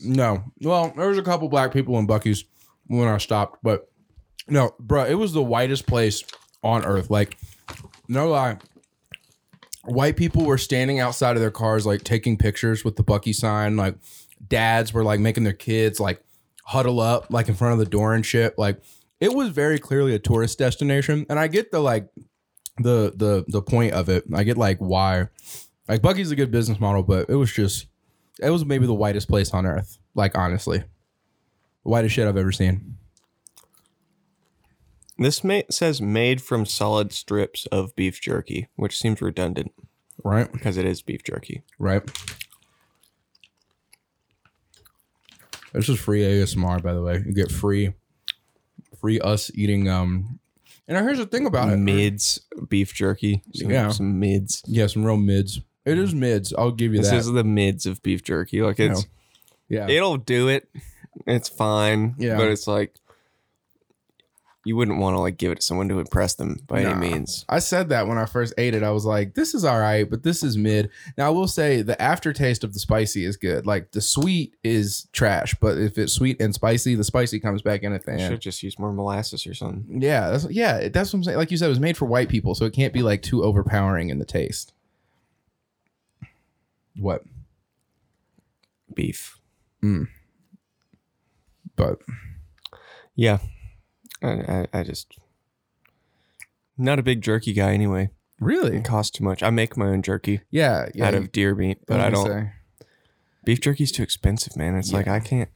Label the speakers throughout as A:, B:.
A: No. Well, there was a couple black people in Bucky's when I stopped, but no, bro, it was the whitest place on earth. Like, no lie. White people were standing outside of their cars, like taking pictures with the Bucky sign. Like, dads were like making their kids like huddle up, like in front of the door and shit. Like, it was very clearly a tourist destination. And I get the like, the the the point of it. I get like why, like Bucky's a good business model, but it was just, it was maybe the whitest place on earth. Like honestly, the whitest shit I've ever seen.
B: This ma- says made from solid strips of beef jerky, which seems redundant
A: Right,
B: because it is beef jerky.
A: right. This is free ASMR, by the way. You get free, free us eating. Um, and here's the thing about it.
B: mids beef jerky. Some,
A: Yeah.
B: some mids.
A: Yeah, some real mids. It is mids. I'll give you
B: This
A: that.
B: is the mids of beef jerky. Like
A: You
B: it's
A: yeah,
B: it'll do it. It's fine.
A: Yeah.
B: But it's like you wouldn't want to like give it to someone to impress them by
A: Nah.
B: any means.
A: I said that when I first ate it. I was like, this is all right, but this is mid. Now, I will say the aftertaste of the spicy is good. Like the sweet is trash, but if it's sweet and spicy, the spicy comes back in at the
B: I
A: end.
B: should just use more molasses or something.
A: Yeah, that's, yeah, that's what I'm saying. Like you said, it was made for white people, so it can't be like too overpowering in the taste. What?
B: Beef.
A: But
B: Yeah. I, I, I just not a big jerky guy anyway.
A: really,
B: It costs too much. I make my own jerky
A: yeah, yeah.
B: out of deer meat, but I don't. Beef jerky's too expensive, man. It's like I can't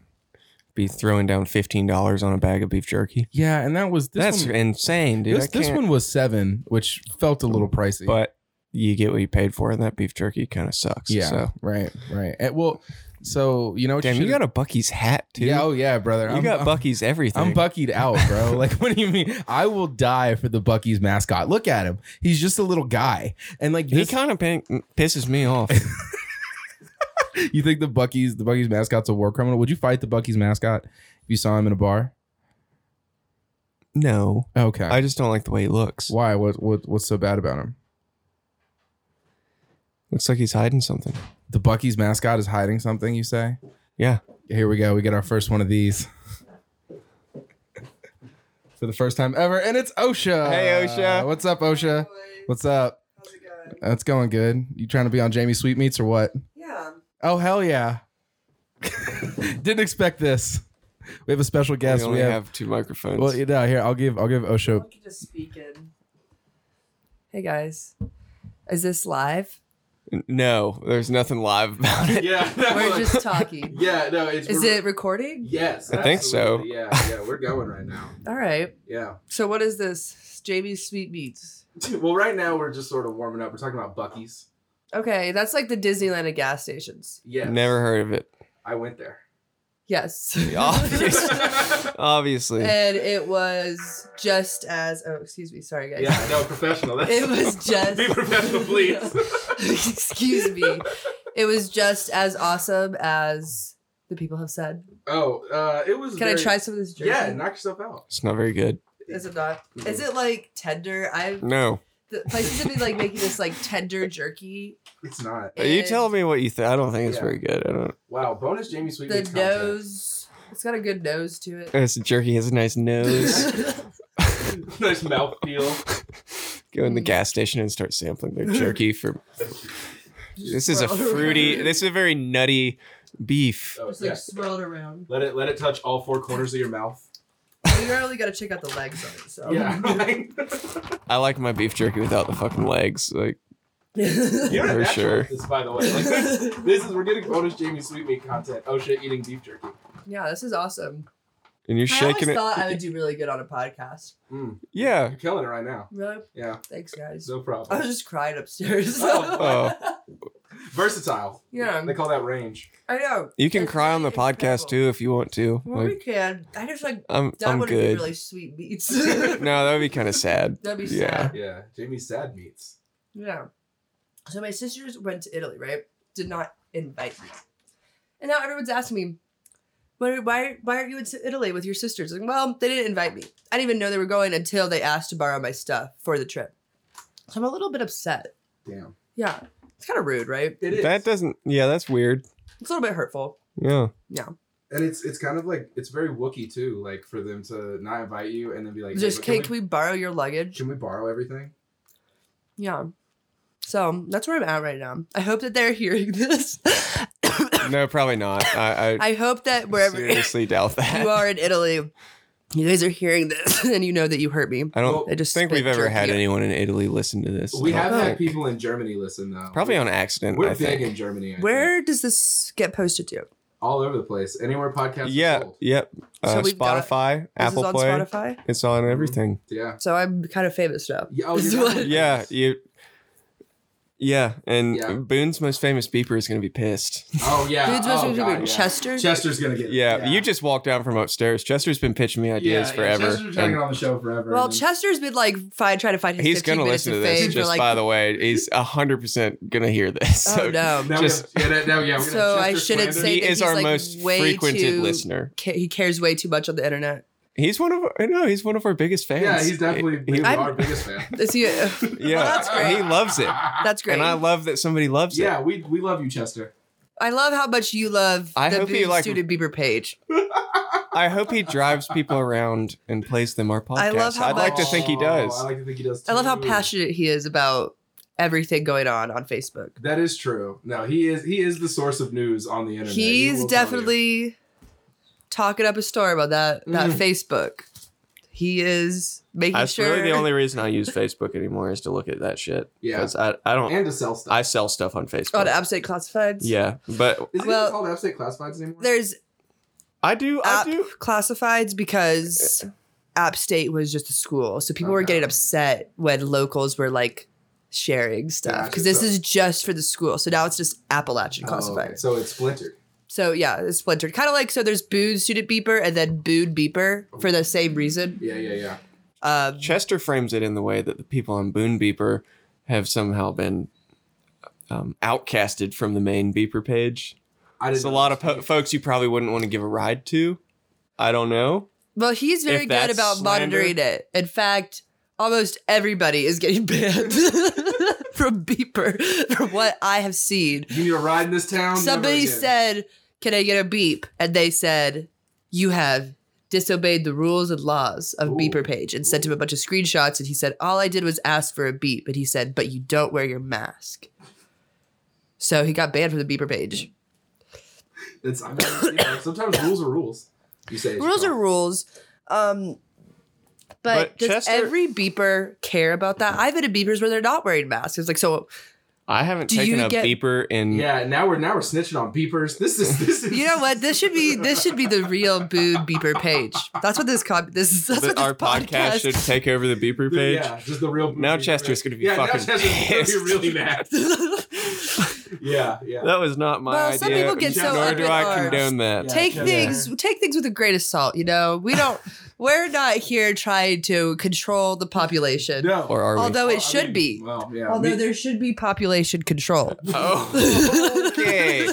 B: be throwing down fifteen dollars on a bag of beef jerky.
A: Yeah, and that was this
B: That's
A: one.
B: insane, dude. I
A: this, this
B: can't-
A: one was seven, which felt a little pricey.
B: but you get what you paid for, and that beef jerky kind of sucks.
A: yeah,
B: So.
A: right, right. And, well, so you know, what
B: Damn, you
A: should've-
B: got a Bucky's hat too.
A: Yeah, oh yeah, brother.
B: you
A: I'm,
B: got
A: I'm,
B: Bucky's everything.
A: I'm Buckied out, bro. Like, what do you mean? I will die for the Bucky's mascot. Look at him. He's just a little guy. And like,
B: He
A: this,
B: kind of pin- pisses me off.
A: you think the Bucky's the Bucky's mascot's a war criminal? Would you fight the Bucky's mascot if you saw him in a bar?
B: no,
A: Okay.
B: I just don't like the way he looks.
A: Why? What? What? What's so bad about him?
B: Looks like he's hiding something.
A: The Bucky's mascot is hiding something. You say?
B: Yeah,
A: Here we go. We get our first one of these. For the first time ever, and it's OSHA.
B: Hey, OSHA.
A: what's up, OSHA? What's up?
C: How's it going?
A: That's going good. You trying to be on Jamie Sweetmeats or what?
C: Yeah.
A: Oh hell yeah! Didn't expect this. We have a special guest.
B: we
A: We,
B: only
A: have,
B: have two microphones.
A: well, you know, here I'll give I'll give Osho.
C: I could just speak in. Hey guys, is this live?
B: no, there's nothing live about it.
A: Yeah,
C: We're just talking.
A: yeah, no, it's
C: Is it recording?
A: Yes,
B: I think so. absolutely.
A: Yeah, yeah, we're going right now.
C: All right.
A: Yeah.
C: So what is this? Jamie's Sweetmeats.
A: Well, right now we're just sort of warming up. We're talking about Bucky's.
C: Okay, that's like the Disneyland of gas stations.
A: Yeah,
B: Never heard of it.
A: I went there.
C: Yes.
B: Obviously, obviously.
C: and it was just as oh excuse me sorry guys
A: no, professional.
C: it was just excuse me it was just as awesome as the people have said
A: oh, uh, it was.
C: can i try some of this jerky
A: knock yourself out.
B: it's not very good.
C: Is it not? Is it like tender? I've
B: No,
C: the places have been like making this like tender jerky.
A: It's not.
B: Uh, you
C: and
B: tell me what you think. I don't think it's
A: Yeah.
B: very good. I don't.
A: Wow, bonus Jamie
C: The nose. It's got a good nose to it.
B: It's jerky has a nice nose.
A: nice mouthfeel.
B: go in the
C: Mm.
B: gas station and start sampling their jerky for this is a fruity this is a very nutty beef
A: Oh,
C: Just
A: yeah.
C: like swirled around.
A: Let it let it touch all four corners of your mouth.
C: Well, you really got to check out the legs on it.
B: Oh.
C: So
B: i like my beef jerky without the fucking legs like
A: You're
B: For
A: a natural
B: sure.
A: at This, by the way, Like, this, this is we're getting bonus Jamie Sweetmeat content. Oh shit, eating beef jerky.
C: yeah, this is awesome.
B: and you're
C: I always
B: shaking it
C: thought I would do really good on a podcast.
A: Mm,
B: yeah
A: you're killing it right now.
C: Really?
A: Yeah,
C: Thanks, guys.
A: no
C: I was
A: problem.
C: just crying upstairs.
A: Oh. Versatile.
C: Yeah.
A: they call that range.
C: I know.
B: you can
C: It's
B: cry on the
C: really
B: podcast
C: incredible.
B: too if you want to
C: Well, we
B: like
C: can. I just like
B: i'm
C: that
B: i'm
C: would be
B: good
C: really sweet meats.
B: no that would be kind of sad
C: That'd be
B: Yeah.
C: sad.
A: Yeah, Jamie's sad meats.
C: Yeah. So my sisters went to Italy, right? Did not invite me. And now everyone's asking me, why, why, why aren't you in Italy with your sisters? Like, well, they didn't invite me. I didn't even know they were going until they asked to borrow my stuff for the trip. So I'm a little bit upset.
A: Damn,
C: Yeah. It's kind of rude, right?
A: it is.
B: that doesn't yeah that's weird
C: It's a little bit hurtful.
B: Yeah.
D: And it's it's kind of like it's very Wookie too, like for them to not invite you and then be like, hey,
C: Just
D: but
C: can, can we borrow your luggage?
D: can we borrow everything?
C: Yeah. So that's where I'm at right now. I hope that they're hearing this.
B: No, probably not. I, I,
C: I hope that wherever you
B: seriously doubt that.
C: are in Italy, you guys are hearing this and you know that you hurt me.
B: I don't
D: Well,
C: I just
B: think
C: spit
B: we've ever
C: jerky.
B: had anyone in Italy listen to this.
D: We
B: I
D: have
B: don't
D: had
B: think.
D: people in Germany listen though.
B: Probably on accident.
D: We're
B: I
D: big
B: think.
D: in Germany. I think.
C: Where does this get posted to?
D: all over the place, anywhere podcasts. are
B: Yeah.
D: sold.
B: Yep.
C: So
B: Uh,
C: we've got-
B: Spotify,
C: This
B: Apple
C: is on
B: Play.
C: Spotify.
B: It's on
D: Mm-hmm.
B: everything.
D: yeah.
C: So I'm kind of famous now.
D: Yeah, oh,
C: Is
D: you're
C: what-
D: not-
B: Yeah. You. Yeah, and
D: Yeah.
B: Boone's most famous beeper is gonna be pissed.
D: Oh yeah.
C: Dude's supposed
D: oh,
C: to be
D: God, yeah.
C: Chester.
D: Chester's gonna get.
B: Yeah, you just walked down from upstairs. Chester's been pitching me ideas
D: yeah,
B: forever.
D: Chester's been trying to
B: and
D: get on the show forever.
C: Well,
D: and then-
C: Chester's been like fi- trying to find his.
B: he's
C: 15
B: gonna
C: minutes
B: listen to
C: of
B: this.
C: fame for,
B: Just
C: like,
B: by the way, he's hundred percent gonna hear this. So
C: Oh no.
D: Now we
B: just-
D: have- yeah, that- now, yeah, we're gonna
C: So
D: have
C: I
D: Chester
C: shouldn't
D: slander.
C: say
B: he
C: that
B: is
C: he's,
B: our
C: like,
B: most
C: way
B: frequented
C: too-
B: listener.
C: Ca- He cares way too much on the internet.
B: He's one of our, no, he's one of our biggest fans.
D: Yeah, he's definitely
B: He-
D: he's
B: he-
D: our biggest fan.
C: Is he?
B: yeah,
C: Well, that's great.
B: he loves it,
C: That's great.
B: and I
C: I,
B: love that somebody loves it.
D: Yeah, we we love you, Chester.
C: love how much you love
B: I
C: the
B: hope you
C: Boone
B: like-
C: Student Bieber page.
B: I hope he drives people around and plays them our podcast.
C: I love how
B: would like to
C: much-
B: think he does.
D: Oh, I like to think he does.
C: I love how
D: too.
C: passionate he is about everything going on on Facebook.
D: That is true. No, he is he is the source of news on the internet. He
C: He's
D: will tell you.
C: definitely talking up a storm about that that
D: Mm.
C: Facebook. He is making
B: That's
C: sure.
B: really the only reason I use Facebook anymore is to look at that shit.
D: Yeah.
B: because I, I don't
D: and to sell stuff.
B: I sell stuff on
C: on
B: Facebook.
C: Absent Classifieds.
B: yeah, but
D: Isn't
C: Well-
D: it called Absent Classifieds anymore?
C: There's
B: I do I
C: app
B: do
C: classifieds because App State was just a school, so people were
D: Okay.
C: getting upset when locals were like sharing stuff
D: Gotcha.
C: because this
D: So-
C: is just for the school. So now it's just Appalachian
D: Oh, okay.
C: classifieds.
D: So it's splintered.
C: So yeah, it's splintered. Kind of like so. There's Boone Student Beeper and then Boone Beeper for the same reason.
D: Yeah, yeah, yeah.
C: Um,
B: Chester frames it in the way that the people on Boone Beeper have somehow been um, outcasted from the main Beeper page.
D: I didn't
B: There's a
D: know
B: lot
D: this.
B: of po- folks you probably wouldn't want to give a ride to. I don't know.
C: Well, he's very
B: If
C: good
B: that's
C: about
B: slander-
C: monitoring it. In fact, almost everybody is getting banned from Beeper, from what I have seen.
D: You need a ride in this town. Never
C: Somebody
D: again.
C: said, Can I get a beep? And they said, You have disobeyed the rules and laws of
D: Ooh.
C: Beeper Page and sent him a bunch of screenshots. And he said, All I did was ask for a beep. And he said, But you don't wear your mask. So he got banned from the Beeper Page.
D: It's, I mean, you know, sometimes rules are rules. You say it's
C: rules are
D: wrong.
C: rules. Um, but,
B: But
C: does
B: Chester-
C: every beeper care about that? I've been at beepers where they're not wearing masks. It's like so
B: I haven't
C: Do
B: taken
C: you
B: a
C: get-
B: Beeper in.
D: Yeah, now we're now we're snitching on beepers. This is this is
C: you know what? This should be this should be the real Boone beeper page. That's what this com- this is that's
B: that
C: what this
B: our podcast, should take over the Beeper page.
D: Yeah, just the real.
B: Now Chester's gonna be
D: yeah,
B: fucking
D: now Chester's gonna
B: pissed.
D: be really mad. Yeah, yeah.
B: That was not my
C: Well,
B: idea.
C: some people get
D: so
B: nor
D: up
B: do
D: in
B: I
C: arms.
B: condone that.
D: Yeah.
C: take
D: Chester.
C: things take things with a grain of salt, you know. We don't we're not here trying to control the population.
D: No.
B: Or are we?
C: Although
D: I
C: it should
D: mean,
C: be.
D: Well, yeah.
C: Although
D: me-
C: there should be population control.
B: oh, okay.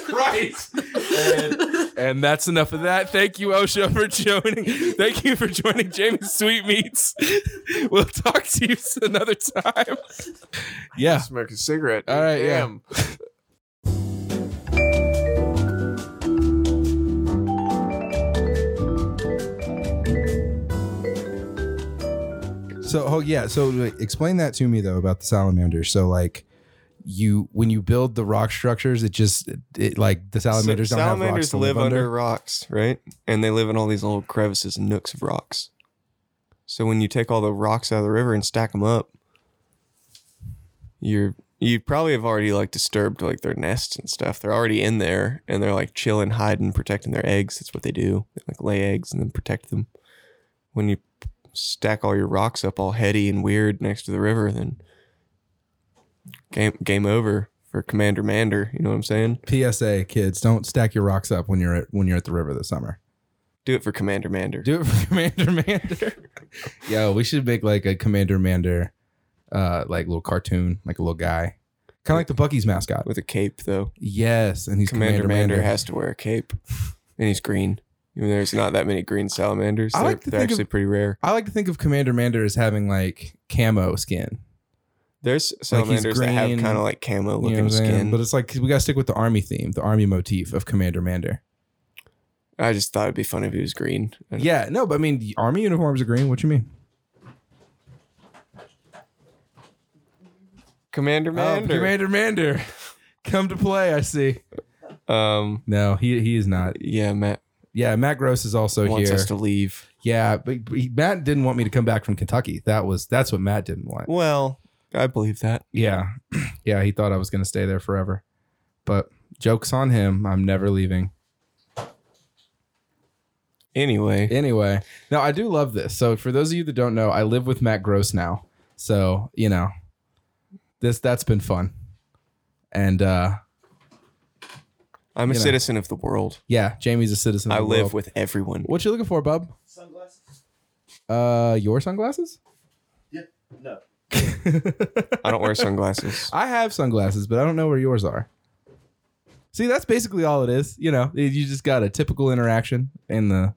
D: Christ. And
E: And that's enough of that. Thank you, Osha, for joining. Thank you for joining Jamie's Sweetmeats. We'll talk to you another time. Yeah.
B: Smoke a cigarette.
E: All right, yeah.
B: Damn.
A: So, oh yeah. So, like, explain that to me though about the salamander. So, like, you when you build the rock structures, it just it like the salamanders
B: So
A: don't
B: salamanders
A: have rocks to live,
B: live
A: under.
B: rocks, right? And they live in all these little crevices and nooks of rocks. So when you take all the rocks out of the river and stack them up, you're you probably have already like disturbed like their nests and stuff. They're already in there and they're like chilling, hiding, protecting their eggs. That's what they do. They like lay eggs and then protect them. When you stack all your rocks up all heady and weird next to the river, then game game over for Commander Mander. You know what I'm saying?
A: PSA, kids, don't stack your rocks up when you're at when you're at the river this summer.
B: Do it for Commander Mander.
A: Do it for Commander Mander. Yo, we should make like a Commander Mander, uh, like little cartoon, like a little guy, kind of like the Bucky's mascot.
B: with a cape though.
A: Yes, and he's
B: Commander,
A: Commander,
B: Mander,
A: Mander.
B: has to wear a cape, and he's green. I mean, there's not that many green salamanders.
A: I
B: They're,
A: like to
B: they're
A: think of-
B: actually pretty rare.
A: I like to think of Commander Mander as having like camo skin.
B: There's salamanders that have
A: green,
B: kind of like camo
A: You know
B: looking
A: what I'm saying?
B: skin.
A: But it's like 'cause we gotta stick with the army theme, the army motif of Commander Mander.
B: I just thought it'd be funny if he was green. And
A: Yeah, no, but I mean, the army uniforms are green. What you mean?
B: Commander Mander.
A: Oh, Commander Mander, come to play. I see.
B: Um,
A: No, he he is not.
B: yeah, Matt
A: Yeah, Matt Gross is also
B: wants
A: here.
B: us to leave.
A: yeah, but, but he- Matt didn't want me to come back from Kentucky. That was that's what Matt didn't want.
B: Well, I believe that.
A: Yeah, yeah, he thought I was going to stay there forever, but jokes on him. I'm never leaving.
B: Anyway,
A: Anyway, no, I do love this. So for those of you that don't know, I live with Matt Gross now. So, you know, this that's been fun. And uh
B: I'm a
A: you know.
B: citizen of the world.
A: yeah, Jamie's a citizen. Of
B: I
A: the
B: live
A: world.
B: with everyone.
A: What you looking for, bub?
F: Sunglasses?
A: Uh your sunglasses?
F: No.
B: I don't wear sunglasses.
A: I have sunglasses, but I don't know where yours are. See, that's basically all it is. You know, you just got a typical interaction in the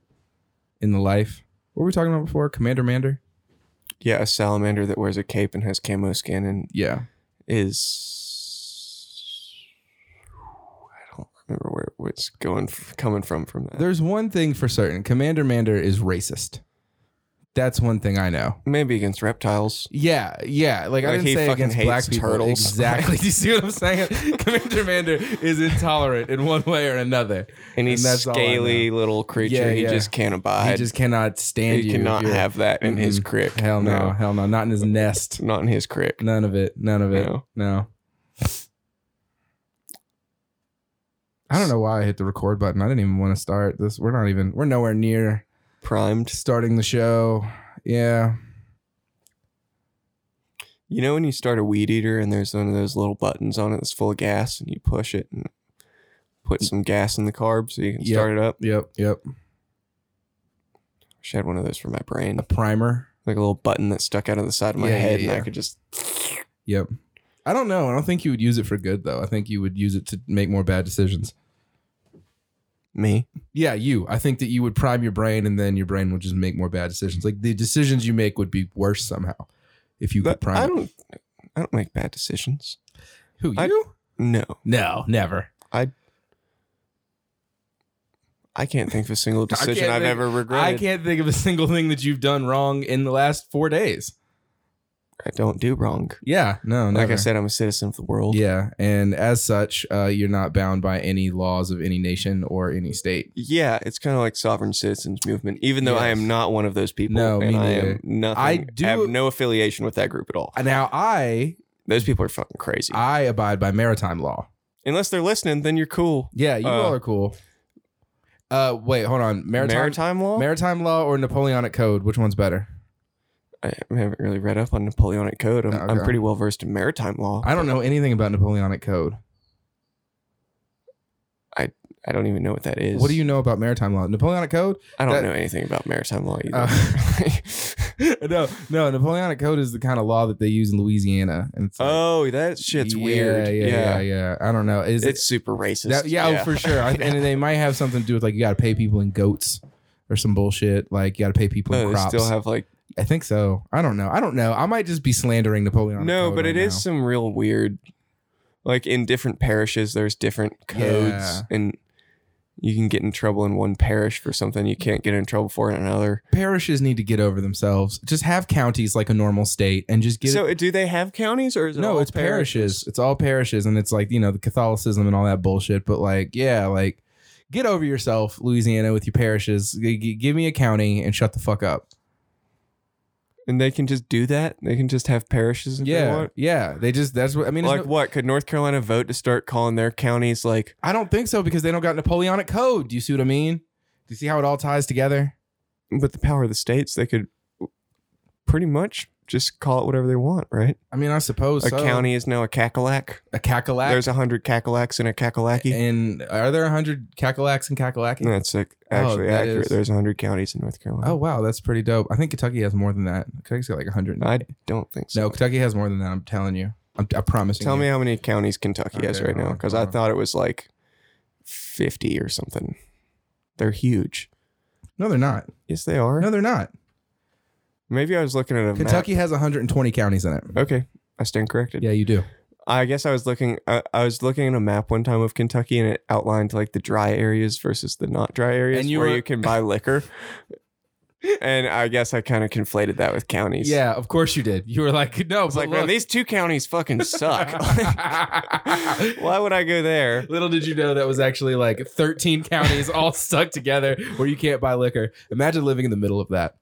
A: in the life. What were we talking about before? Commander Mander?
B: Yeah, a salamander that wears a cape and has camo skin and
A: Yeah.
B: is I don't remember where where it's going f- coming from from that.
A: There's one thing for certain. Commander Mander is racist. That's one thing I know.
B: Maybe against reptiles.
A: Yeah, yeah. Like, I
B: Like,
A: didn't
B: he
A: say
B: fucking
A: against
B: hates
A: black people.
B: turtles.
A: Exactly. Do you see what I'm saying? Commander Mander is intolerant in one way or another.
B: Any
A: And that's all I
B: scaly little creature,
A: Yeah,
B: he
A: yeah.
B: just can't
A: He
B: abide.
A: just cannot
B: He,
A: stand you. if
B: cannot
A: you're-
B: have that in his
A: Mm-mm.
B: crick.
A: Hell no, hell no, not in his nest.
B: It's not in his crick.
A: None of it. None of it.
B: No.
A: No. I don't know why I hit the record button. I didn't even want to start this. We're not even. We're nowhere near
B: Primed.
A: starting the show. Yeah.
B: You know when you start a weed eater and there's one of those little buttons on it that's full of gas and you push it and put some gas in the carb so you can
A: Yep.
B: start it up?
A: Yep. Yep.
B: I wish I had one of those for my brain.
A: A primer.
B: Like a little button that stuck out of the side of my
A: Yeah, yeah,
B: head and I
A: yeah.
B: could just
A: Yep. I don't know. I don't think you would use it for good though. I think you would use it to make more bad decisions.
B: me.
A: Yeah, you. I think that you would prime your brain and then your brain would just make more bad decisions. Like the decisions you make would be worse somehow if you could
B: But
A: prime.
B: I
A: it.
B: don't I don't make bad decisions.
A: Who you?
B: I- No.
A: no, never.
B: I can't think of a single
A: can't
B: decision I've
A: think-
B: ever
A: I
B: regretted. I,
A: can't think of a single thing that you've done wrong in the last four days.
B: don't do wrong.
A: Yeah, no,
B: Like I
A: never.
B: said, I'm a citizen of the world.
A: Yeah, and as such, uh, you're not bound by any laws of any nation or any state.
B: Yeah, it's kind of like sovereign citizens movement. Even though I am
A: Yes.
B: not one of those people,
A: No, me
B: and I am
A: neither.
B: nothing.
A: I
B: I
A: do-
B: have no affiliation with that group at all.
A: Now, I
B: Those people are fucking crazy.
A: I abide by maritime law.
B: Unless they're listening, then you're cool.
A: Yeah, you
B: Uh,
A: all are cool. Uh, wait, hold on. Maritime, maritime
B: Maritime law.
A: law or Napoleonic Code? Which one's better?
B: I haven't really read up on Napoleonic Code. I'm, I'm
A: Oh, Okay.
B: pretty well versed in maritime law.
A: I don't know anything about Napoleonic Code.
B: I don't even know what that is.
A: What do you know about maritime law? Napoleonic Code?
B: I don't
A: that- Oh.
B: know anything about maritime law either.
A: no, no. Napoleonic Code is the kind of law that they use in Louisiana. And it's like-
B: oh, that shit's
A: Yeah,
B: weird.
A: Yeah, yeah, yeah, I don't know. Is it?
B: It's super racist.
A: That, yeah, oh, for sure. I,
B: Yeah.
A: And they might have something to do with like you got to pay people in goats or some bullshit. Like you got to pay people
B: No,
A: in
B: they
A: crops.
B: still have like
A: I think so. I don't know. I don't know. I might just be slandering Napoleon.
B: no, but it is some real weird. Like in different parishes, there's different codes,
A: Yeah.
B: and you can get in trouble in one parish for something you can't get in trouble for in another.
A: Parishes need to get over themselves. Just have counties like a normal state and just get.
B: so,
A: it.
B: do they have counties or is it
A: No,
B: all
A: it's parishes. It's all parishes, and it's like you know the Catholicism and all that bullshit. But like, yeah, like get over yourself, Louisiana, with your parishes. G- g- give me a county and shut the fuck up.
B: and they can just do that. They can just have parishes. If they
A: Yeah,
B: want.
A: yeah. They just that's what I mean. it's
B: Like
A: no-
B: what? Could North Carolina vote to start calling their counties like?
A: I don't think so because they don't got Napoleonic code. Do you see what I mean? Do you see how it all ties together?
B: With the power of the states, they could pretty much just call it whatever they want, right?
A: I mean, I suppose
B: a
A: so.
B: county is now a cackalack.
A: a cackalack.
B: There's a hundred cackalacks in a cackalacki.
A: and are there hundred cackalacks in Kakalaki?
B: That's like
A: Oh,
B: actually
A: that
B: accurate.
A: is-
B: There's 100 counties in North Carolina.
A: Oh wow, that's pretty dope. I think Kentucky has more than that. Kentucky's got like hundred.
B: I don't think so.
A: No, Kentucky has more than that. I'm telling you. I'm, I promise.
B: Tell me how many counties Kentucky has
A: Okay,
B: right now,
A: hold on,
B: because I
A: hold on.
B: thought it was like 50 or something. They're huge.
A: No, they're not.
B: Yes, they are.
A: No, they're not.
B: Maybe I was looking at a map.
A: Kentucky has 120 counties in it.
B: Okay, I stand corrected.
A: Yeah, you do.
B: I guess I was looking. I, I was looking at a map one time of Kentucky, and it outlined like the dry areas versus the not dry areas
A: And you
B: where
A: were-
B: you can buy liquor. and I guess I kind of conflated that with counties.
A: Yeah, of course you did. You were like, no,
B: it's
A: but
B: like man,
A: look.
B: these two counties fucking suck. Why would I go there?
A: Little did you know that was actually like 13 counties all stuck together where you can't buy liquor. Imagine living in the middle of that.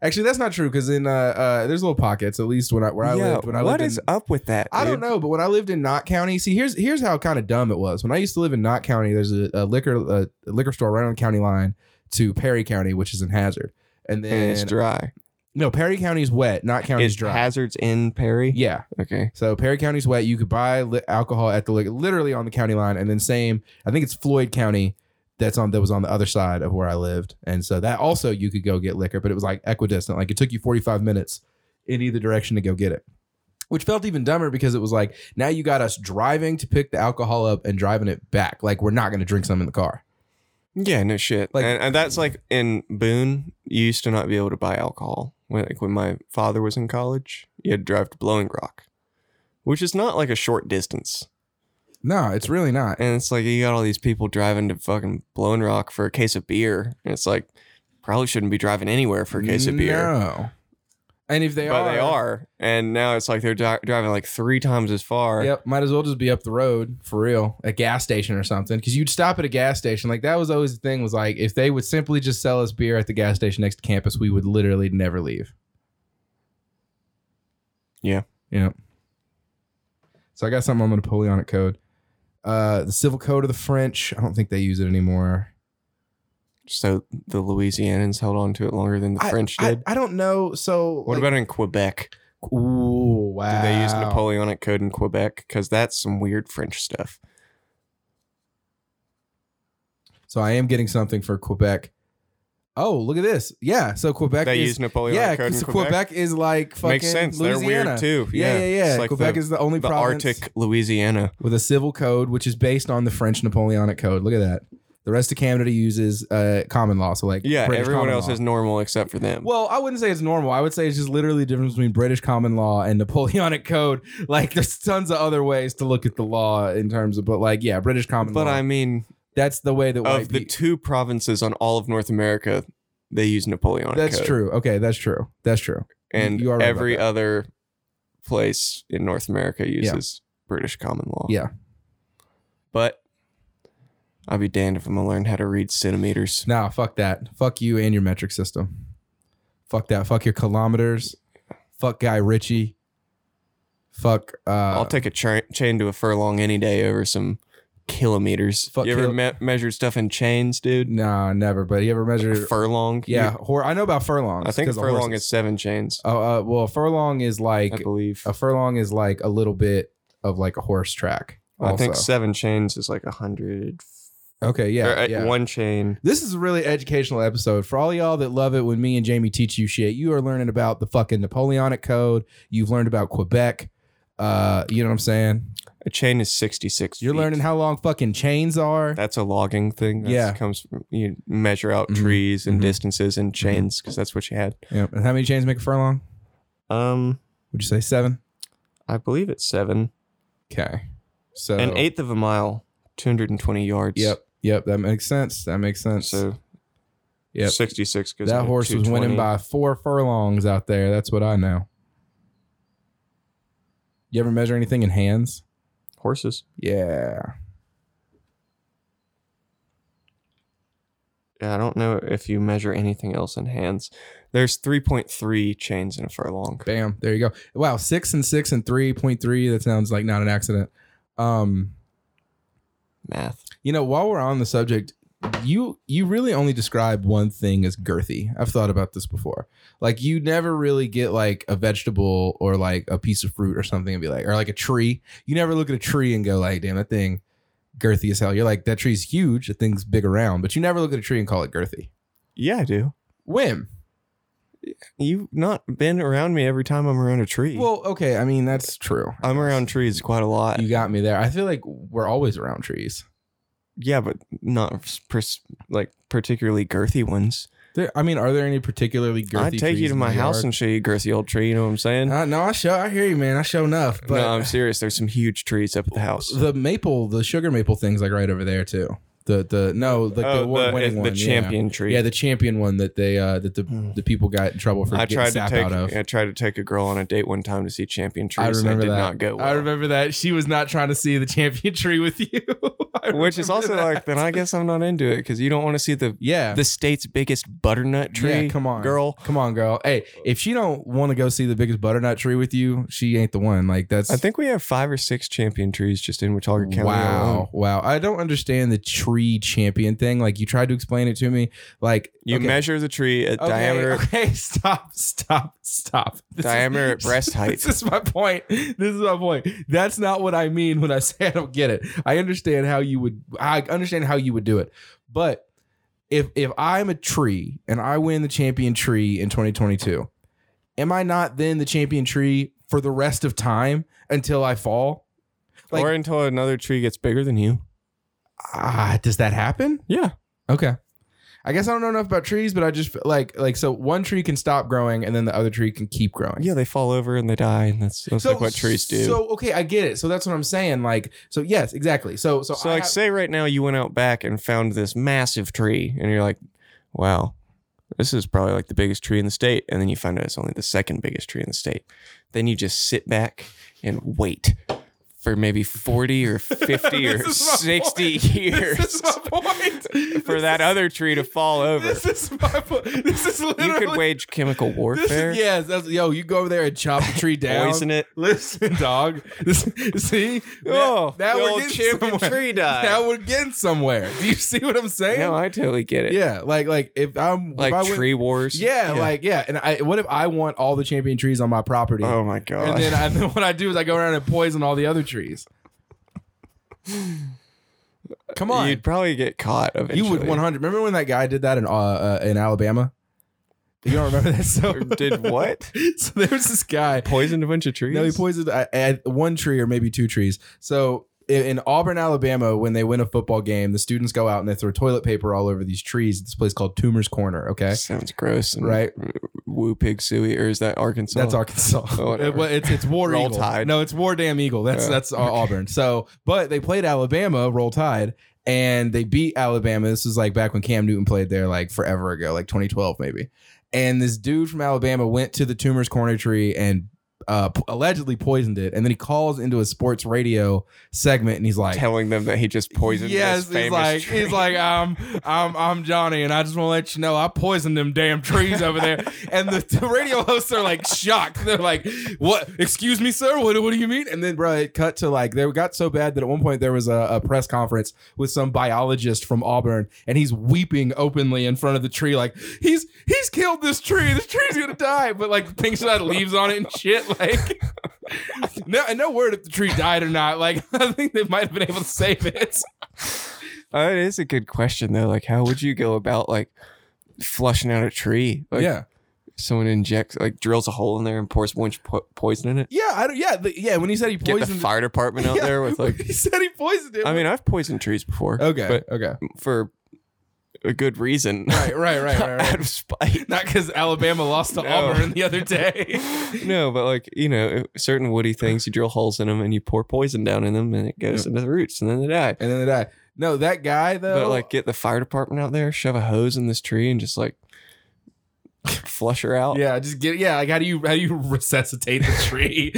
A: Actually, that's not true because in uh, uh, there's little pockets. At least when I where I
B: yeah,
A: lived, when I
B: what
A: lived
B: is
A: in,
B: up with that?
A: I don't
B: dude?
A: know, but when I lived in Knott County, see here's here's how kind of dumb it was. When I used to live in Knott County, there's a, a liquor a, a liquor store right on the county line to Perry County, which is in Hazard, and
B: And
A: then
B: it's dry.
A: no Perry County's wet, Knott County's
B: Is
A: dry.
B: hazards in Perry?
A: yeah,
B: Okay.
A: so Perry County's wet. You could buy li- alcohol at the liquor, literally on the county line, and then same. I think it's Floyd County that's on that was on the other side of where I lived, and so that also you could go get liquor, but it was like equidistant. Like it took you forty five minutes in either direction to go get it, which felt even dumber because it was like now you got us driving to pick the alcohol up and driving it back. Like we're not going to drink some in the car.
B: Yeah, no shit.
A: Like-
B: Like, and, and that's like in Boone, you used to not be able to buy alcohol. When, like when my father was in college, you had to drive to Blowing Rock, which is not like a short distance.
A: No, it's really not.
B: And it's like you got all these people driving to fucking Blowing Rock for a case of beer, and it's like probably shouldn't be driving anywhere for a case of beer.
A: No. And if they
B: but
A: are,
B: they are, and now it's like they're dri- driving like three times as far.
A: Yep, might as well just be up the road for real, a gas station or something. Because you'd stop at a gas station. Like that was always the thing. Was like if they would simply just sell us beer at the gas station next to campus, we would literally never leave.
B: Yeah.
A: Yep. So I got something on the Napoleonic Code, uh, the Civil Code of the French. I don't think they use it anymore.
B: So the Louisianans held on to it longer than the
A: I-
B: French
A: I,
B: did.
A: I, don't know. So
B: what
A: like-
B: about in Quebec?
A: Ooh, wow.
B: Did they use Napoleonic code in Quebec? Because that's some weird French stuff.
A: So I am getting something for Quebec. Oh, look at this. Yeah. So Quebec
B: they
A: is
B: use Napoleonic
A: Yeah,
B: code in
A: because
B: Quebec.
A: Quebec. is like fucking
B: Makes sense.
A: Louisiana.
B: They're weird too.
A: Yeah, yeah, yeah.
B: It's like
A: Quebec
B: the,
A: is the only
B: the
A: province
B: Arctic Louisiana.
A: with a civil code, which is based on the French Napoleonic Code. Look at that. The rest of Canada uses uh, common law, so like
B: Yeah,
A: British
B: everyone
A: common
B: else
A: law.
B: is normal except for them.
A: Well, I wouldn't say it's normal. I would say it's just literally the difference between British common law and Napoleonic Code. Like, there's tons of other ways to look at the law in terms of, but like, yeah, British common
B: but
A: law.
B: I mean,
A: that's the way that white
B: of the
A: peo-
B: two provinces on all of North America, they use Napoleonic.
A: That's
B: code.
A: true. Okay, that's true. That's true.
B: And
A: You are right about
B: every
A: that.
B: other place in North America uses British common law.
A: Yeah.
B: But I'd be damned if I'm gonna learn how to read centimeters.
A: Nah, fuck that. Fuck you and your metric system. Fuck that. Fuck your kilometers. Fuck Guy Ritchie. Fuck. Uh,
B: I'll take a cha- chain to a furlong any day over some kilometers.
A: Fuck
B: you ever
A: kil-
B: me- measured stuff in chains, dude?
A: Nah, never. But you ever measure?
B: Furlong?
A: yeah,
B: You-
A: hor- I know about furlongs.
B: I think
A: 'cause of
B: furlong
A: horses.
B: is seven chains,
A: Oh, uh, well, furlong is
B: I
A: like
B: believe.
A: a furlong is like a little bit of like a horse track.
B: I think
A: also.
B: seven chains is like a hundred.
A: Okay. Yeah.
B: or, uh,
A: yeah.
B: One chain.
A: This is a really educational episode for all y'all that love it when me and Jamie teach you shit. You are learning about the fucking Napoleonic Code. You've learned about Quebec. Uh, you know what I'm saying?
B: A chain is sixty-six.
A: You're
B: feet.
A: learning how long fucking chains are.
B: That's a logging thing. That's
A: Yeah.
B: comes from, you measure out
A: Mhm.
B: trees and
A: Mhm.
B: distances and chains because that's what you had.
A: Yeah. And how many chains make a furlong?
B: Um,
A: Would you say seven?
B: I believe it's seven.
A: Okay. So
B: An eighth of a mile, two hundred and twenty yards.
A: Yep. Yep. That makes sense. That makes sense.
B: So
A: Yep.
B: sixty-six goes.
A: that
B: into
A: horse was winning
B: 220.
A: by four furlongs out there. That's what I know. You ever measure anything in hands?
B: horses.
A: Yeah.
B: Yeah, I don't know if you measure anything else in hands. There's 3.3 chains in a furlong.
A: Bam. There you go. Wow. Six and six and 3.3. That sounds like not an accident. Um,
B: Math.
A: You know, while we're on the subject, you you really only describe one thing as girthy. I've thought about this before. Like you never really get like a vegetable or like a piece of fruit or something and be like, or like a tree. You never look at a tree and go like, damn, that thing girthy as hell. You're like, that tree's huge, that thing's big around, but you never look at a tree and call it girthy.
B: Yeah, I do.
A: Whim.
B: You've not been around me every time I'm around a tree.
A: Well, okay, I mean that's true.
B: I'm around trees quite a lot.
A: You got me there. I feel like we're always around trees.
B: yeah, but not pers- like particularly girthy ones.
A: There, I mean, are there any particularly girthy?
B: I'd take you
A: trees
B: to
A: in
B: my
A: the
B: house
A: yard?
B: and show you girthy old tree. You know what I'm saying?
A: Uh, no, I show. I hear you, man. I show enough. But
B: no, I'm serious. There's some huge trees up at the house.
A: the maple, the sugar maple things, like right over there too. The the no, like
B: oh,
A: the, one
B: the,
A: winning
B: the
A: one, yeah.
B: champion tree.
A: Yeah, the champion one that they uh that the
B: Mm.
A: the people got in trouble for
B: I
A: getting
B: tried to
A: sap
B: take
A: out of.
B: I tried to take a girl on a date one time to see champion trees.
A: I remember
B: and I did
A: that.
B: not go. Well.
G: I remember that she was not trying to see the champion tree with you, I
B: Which is
G: remember
B: also
G: that.
B: like, then I guess I'm not into it because you don't want to see the
A: Yeah,
B: the state's biggest butternut tree.
A: Yeah, come on,
B: girl.
A: Come on, girl. Hey, if she don't want to go see the biggest butternut tree with you, she ain't the one. Like that's
B: I think we have five or six champion trees just in Watauga County. alone.
A: wow, wow. I don't understand the tree champion thing. Like you tried to explain it to me. Like
B: You
A: okay,
B: measure the tree at
A: okay,
B: diameter,
A: Okay, stop, stop, stop. This is-
B: diameter at breast height.
A: This is my point. This is my point. That's not what I mean when I say I don't get it. I understand how you would. I understand how you would do it, but if if I'm a tree and I win the champion tree in 2022, am I not then the champion tree for the rest of time until I fall? like-
B: or until another tree gets bigger than you.
A: Ah, does that happen?
B: Yeah.
A: Okay. I guess I don't know enough about trees, but I just like like so one tree can stop growing and then the other tree can keep growing.
B: Yeah, they fall over and they die, and that's, that's like what trees do. So,
A: So okay, I get it. So that's what I'm saying. Like, so yes, exactly. So so, I
B: like,
A: have-
B: say right now you went out back and found this massive tree, and you're like, wow, this is probably like the biggest tree in the state. And then you find out it's only the second biggest tree in the state. Then you just sit back and wait for maybe 40 or 50 or
A: This is my
B: 60
A: this is
B: years
A: my point.
B: for
A: This
B: that
A: is-
B: other tree to fall over.
A: This is my point. This is
B: You
A: literally.
B: could wage chemical
A: This
B: warfare.
A: is, yes, that's, yo, you go over there and chop the tree down.
B: Poison it.
A: Listen, dog. This, see,
B: Oh,
A: now
B: the
A: we're
B: old
A: getting
B: champion
A: somewhere.
B: tree died.
A: now we're getting somewhere. Do you see what I'm saying?
B: no, I totally get it.
A: yeah, like like if I'm
B: like
A: if I went-
B: tree wars.
A: yeah, like yeah, and I what if I want all the champion trees on my property?
B: oh my god.
A: And then, I, then what I do is I go around and poison all the other trees. Come on,
B: You'd probably get caught
A: you
B: eventually.
A: would 100. Remember when that guy did that in uh, uh, in Alabama? You don't remember that? So
B: Did what?
A: so there was this guy.
B: Poisoned a bunch of trees.
A: No, he poisoned I, I, one tree or maybe two trees. So in, in Auburn, Alabama, when they win a football game, the students go out and they throw toilet paper all over these trees. at This place called Tumor's Corner. Okay,
B: Sounds gross. and
A: right.
B: Woo pig suey, or is that Arkansas?
A: That's Arkansas.
B: Oh, whatever.
A: It- well, it's it's War
B: Roll
A: Eagle.
B: Tide.
A: No, it's War Damn Eagle. That's
B: Yeah.
A: that's Au- Auburn. So, but they played Alabama, Roll Tide, and they beat Alabama. This is like back when Cam Newton played there, like forever ago, like 2012 maybe. And this dude from Alabama went to the Tumor's Corner tree and uh, p- allegedly poisoned it. And then he calls into a sports radio segment and he's like,
B: Telling them that he just poisoned.
A: Yes,
B: this famous
A: he's like
B: tree.
A: he's like I'm I'm I'm Johnny, and I just want to let you know I poisoned them damn trees over there. And the, the radio hosts are like shocked. They're like, "What? Excuse me, sir. What? What do you mean?" And then, bro, it cut to like they got so bad that at one point there was a, a press conference with some biologist from Auburn, and he's weeping openly in front of the tree, like he's he's killed this tree. This tree's gonna die. But like pink side leaves on it and shit. Like no, and no word if the tree died or not. Like I think they might have been able to save it.
B: Oh, it is a good question though. Like, how would you go about like flushing out a tree? Like,
A: yeah.
B: Someone injects, like, drills a hole in there and pours one po- poison in it.
A: Yeah, I don't. Yeah, the, yeah. When he said he
B: Get
A: poisoned,
B: the fire department out
A: Yeah,
B: there with like.
A: he said he poisoned it.
B: I mean, I've poisoned trees before.
A: okay,
B: but
A: okay,
B: for a good reason.
A: right, right, right, right. right.
B: out of spite.
A: Not because Alabama lost to
B: No.
A: Auburn the other day.
B: no, but like you know, certain woody things, you drill holes in them and you pour poison down in them, and it goes into the roots, and then they die.
A: and then they died. No, that guy though.
B: But like, get the fire department out there, shove a hose in this tree, and just like flush her out.
A: yeah, just get yeah. Like, how do you how do you resuscitate the tree?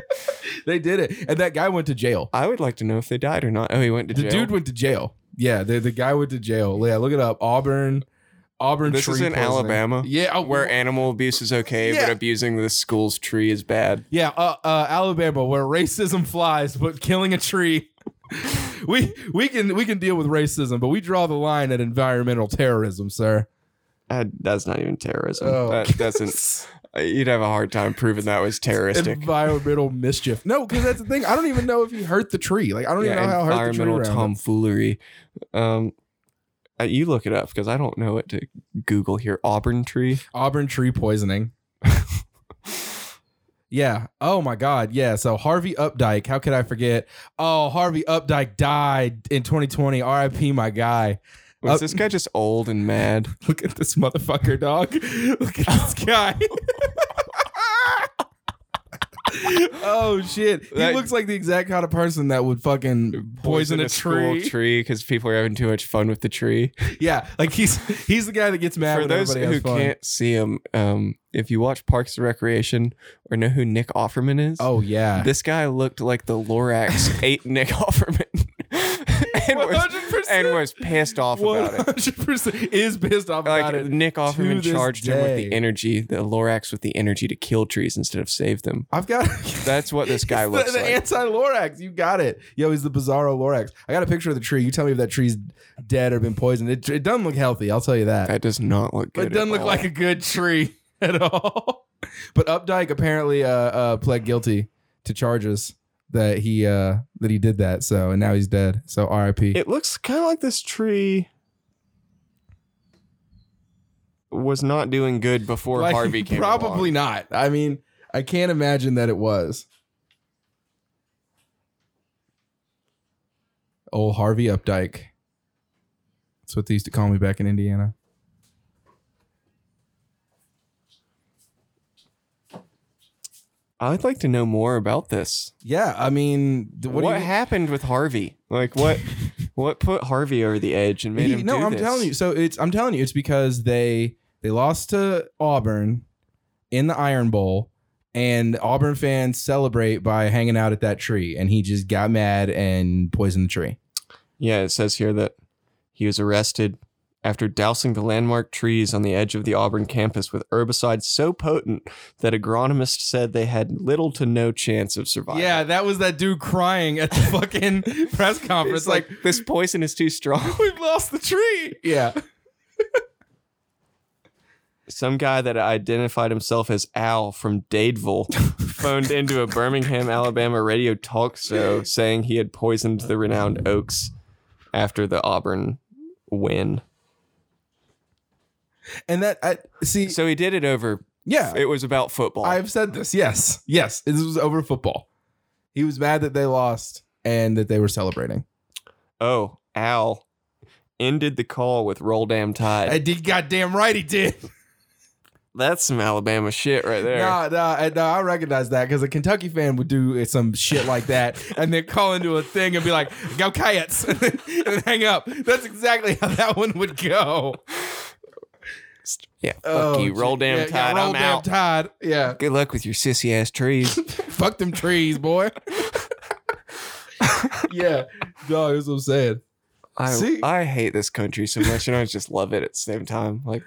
A: they did it, and that guy went to jail.
B: I would like to know if they died or not. Oh, he went to
A: The
B: jail.
A: dude went to jail. Yeah, the the guy went to jail. Yeah, look it up. Auburn, Auburn.
B: This
A: tree
B: is in
A: poisoning.
B: Alabama,
A: Yeah, oh,
B: where animal abuse is okay,
A: Yeah.
B: but abusing the school's tree is bad.
A: Yeah, uh, uh, Alabama, where racism flies, but killing a tree. we we can we can deal with racism, but we draw the line at environmental terrorism, sir.
B: Uh, that's not even terrorism.
A: Oh.
B: That doesn't. You'd have a hard time proving that was terroristic.
A: environmental mischief. No, because that's the thing. I don't even know if he hurt the tree. Like I don't even know how hurt the tree.
B: environmental
A: around him.
B: tomfoolery. Um, uh, you look it up because I don't know what to Google here. Auburn tree.
A: Auburn tree poisoning. yeah. Oh my God. Yeah. So Harvey Updike. How could I forget? Oh, Harvey Updike died in 2020. R.I.P. My guy.
B: Was
A: Up-
B: this guy just old and mad?
A: Look at this motherfucker, dog. Look at this guy. oh shit! He
B: That-
A: looks like the exact kind of person that would fucking poison, a,
B: school
A: tree.
B: tree because people are having too much fun with the tree.
A: Yeah, like he's he's the guy that gets mad
B: For
A: when
B: those
A: everybody
B: who
A: has fun.
B: can't see him, um, if you watch Parks and Recreation or know who Nick Offerman is,
A: oh yeah,
B: this guy looked like the Lorax ate Nick Offerman and, was,
A: 100%.
B: and was pissed off about it.
A: 100% is pissed off about
B: Like
A: it.
B: Nick Offerman
A: this
B: charged him with
A: day.
B: the energy, the Lorax with the energy to kill trees instead of save them.
A: I've got
B: That's what this guy
A: He's
B: looks
A: the,
B: like.
A: The anti Lorax, you got it. Yo, he's the bizarro Lorax. I got a picture of the tree. You tell me if that tree's dead or been poisoned. It, it doesn't look healthy. I'll tell you that.
B: That does not look good.
A: It doesn't
B: at
A: look
B: all.
A: like a good tree at all. but Updike apparently uh, uh, pled guilty to charges that he uh, that he did that. So and now he's dead. So R.I.P.
B: It looks kind of like this tree was not doing good before
A: Like,
B: Harvey came.
A: Probably
B: along.
A: not. I mean, I can't imagine that it was. Old Harvey Updike. That's what they used to call me back in Indiana.
B: I'd like to know more about this.
A: Yeah, I mean, th-
B: What,
A: what, do you,
B: happened with Harvey? Like what? what put Harvey over the edge and made
A: He-
B: him?
A: no
B: do
A: i'm
B: this?
A: telling you so it's i'm telling you it's because they they lost to auburn in the iron bowl and auburn fans celebrate by hanging out at that tree and he just got mad and poisoned the tree
B: Yeah, it says here that he was arrested after dousing the landmark trees on the edge of the Auburn campus with herbicides so potent that agronomists said they had little to no chance of survival.
A: that was that dude crying at the fucking press conference
B: it's like this poison is too strong.
A: we've lost the tree yeah
B: some guy that identified himself as Al from Dadeville phoned into a Birmingham, Alabama radio talk show saying he had poisoned the renowned Oaks after the Auburn win.
A: and that i see
B: So he did it over.
A: yeah
B: It was about football.
A: I've said this. Yes. Yes. This was over football. He was mad that they lost and that they were celebrating.
B: oh, Al ended the call with "Roll Damn Tide."
A: I did goddamn right he did.
B: That's some Alabama shit right there.
A: Nah, nah, I- nah, I recognize that because a Kentucky fan would do some shit like that and then call into a thing and be like, go Cats, and then, and then hang up. That's exactly how that one would go.
B: Yeah, fuck
A: Oh,
B: you. Roll
A: gee.
B: Damn
A: Yeah, yeah,
B: Tide.
A: roll
B: I'm
A: damn
B: out.
A: tide. Yeah.
B: Good luck with your sissy ass trees.
A: Fuck them trees, boy. yeah. No, that's what I'm saying.
B: I,
A: See?
B: I hate this country so much, and I just love it at the same time. Like.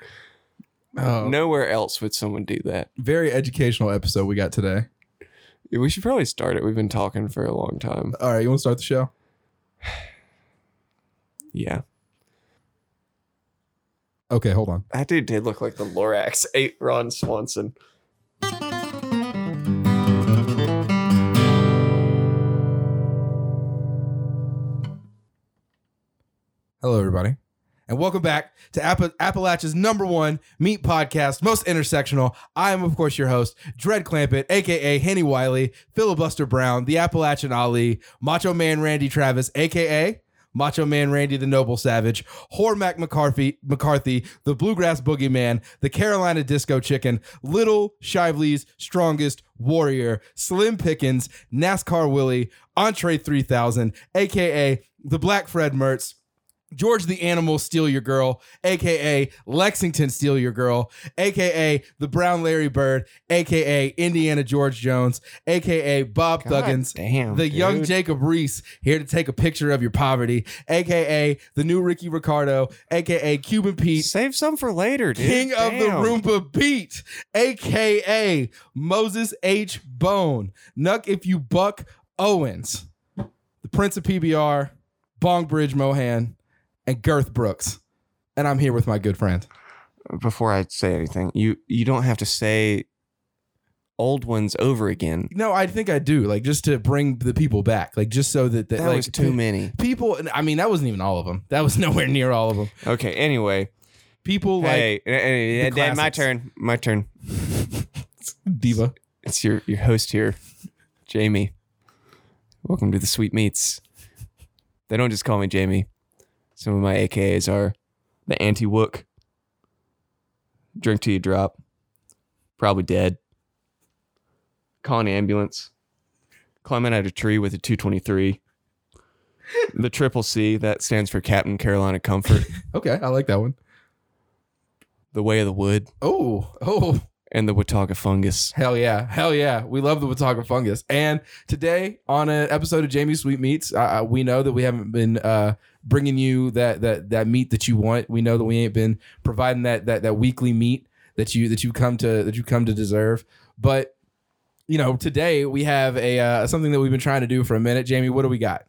A: Oh,
B: Nowhere else would someone do that.
A: Very educational episode we got today.
B: We should probably start it. We've been talking for a long time.
A: All right, you want to start the show?
B: Yeah.
A: Okay, hold on.
B: That dude did look like the Lorax ate Ron Swanson.
A: Hello, everybody, and welcome back to Appa- Appalachia's number one meat podcast, most intersectional. I am, of course, your host, Dred Clampett, aka Henny Wiley, Filibuster Brown, the Appalachian Ali, Macho Man Randy Travis, aka Macho Man Randy the Noble Savage, Hormac McCarthy, McCarthy, the Bluegrass Boogeyman, the Carolina Disco Chicken, Little Shively's Strongest Warrior, Slim Pickens, NASCAR Willie, Entree 3000, aka the Black Fred Mertz. George the Animal Steal Your Girl, aka Lexington Steal Your Girl, aka the Brown Larry Bird, aka Indiana George Jones, aka Bob Thuggins,
B: Damn.
A: the young Jacob Reese here to take a picture of your poverty, aka the new Ricky Ricardo, aka Cuban Pete,
B: Save some for later, dude.
A: King
B: Damn.
A: of the Roomba Beat, aka Moses H. Bone, Nuck If You Buck Owens, the Prince of PBR, Bong Bridge Mohan, and Girth Brooks. And I'm here with my good friend.
B: Before I say anything, you you don't have to say old ones over again.
A: No, I think I do. Like just to bring the people back, like just so that that,
B: That
A: like
B: was too many.
A: people. and I mean, that wasn't even all of them. That was nowhere near all of them.
B: Okay. Anyway.
A: People
B: hey, eh, eh,
A: the
B: eh, Dad, my
A: classics.
B: turn. My turn.
A: like diva.
B: It's your your host here, Jamie. Welcome to the Sweet Meats. They don't just call me Jamie. Some of my AKAs are the anti wook. Drink till you drop. Probably dead. Call an ambulance. Climbing out of a tree with a 223. The triple C, that stands for Captain Carolina Comfort.
A: Okay, I like that one.
B: the Way of the Wood,
A: Oh, oh,
B: and the Watauga Fungus.
A: hell yeah, hell yeah. We love the Watauga fungus. And today on an episode of Jamie's Sweet Meats, uh, uh, we know that we haven't been uh, bringing you that that that meat that you want. We know that we ain't been providing that that that weekly meat that you that you come to that you come to deserve. But you know, today we have a uh, something that we've been trying to do for a minute. Jamie, what do we got?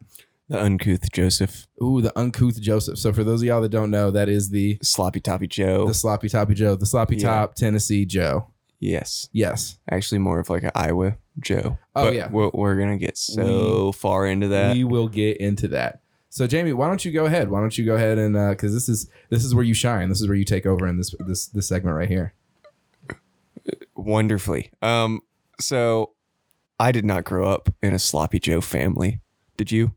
B: The Uncouth Joseph.
A: Ooh, the uncouth Joseph. So for those of y'all that don't know, that is the
B: Sloppy Toppy Joe.
A: the sloppy toppy Joe, the sloppy
B: Yeah.
A: top Tennessee Joe.
B: yes.
A: Yes.
B: Actually, more of like an Iowa Joe.
A: Oh, yeah.
B: We're, we're going to get so far into that.
A: we will get into that. So Jamie, why don't you go ahead? Why don't you go ahead and uh cuz this is this is where you shine. This is where you take over in this this this segment right here.
B: wonderfully. Um, so I did not grow up in a sloppy Joe family. Did you?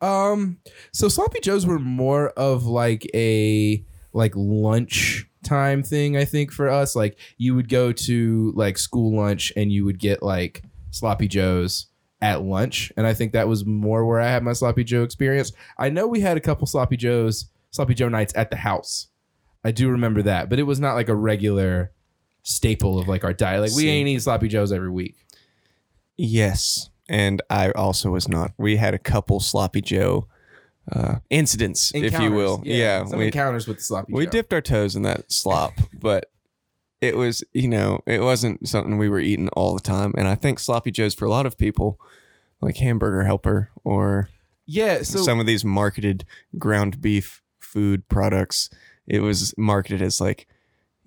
A: Um so sloppy joes were more of like a like lunch time thing I think for us. Like you would go to like school lunch and you would get like sloppy joes at lunch and I think that was more where I had my sloppy joe experience. I know we had a couple sloppy joes, sloppy joe nights at the house. I do remember that, but it was not like a regular staple of like our diet. Like we
B: See.
A: ain't eating sloppy joes every week.
B: Yes. And I also was not. We had a couple sloppy Joe uh, incidents, if you will.
A: Encounters.
B: Yeah.
A: some
B: we,
A: encounters with the sloppy
B: we
A: joe.
B: dipped our toes in that slop, but it was, you know, it wasn't something we were eating all the time. And I think sloppy Joes for a lot of people, like hamburger helper or
A: Yeah, so
B: some of these marketed ground beef food products, it was marketed as like,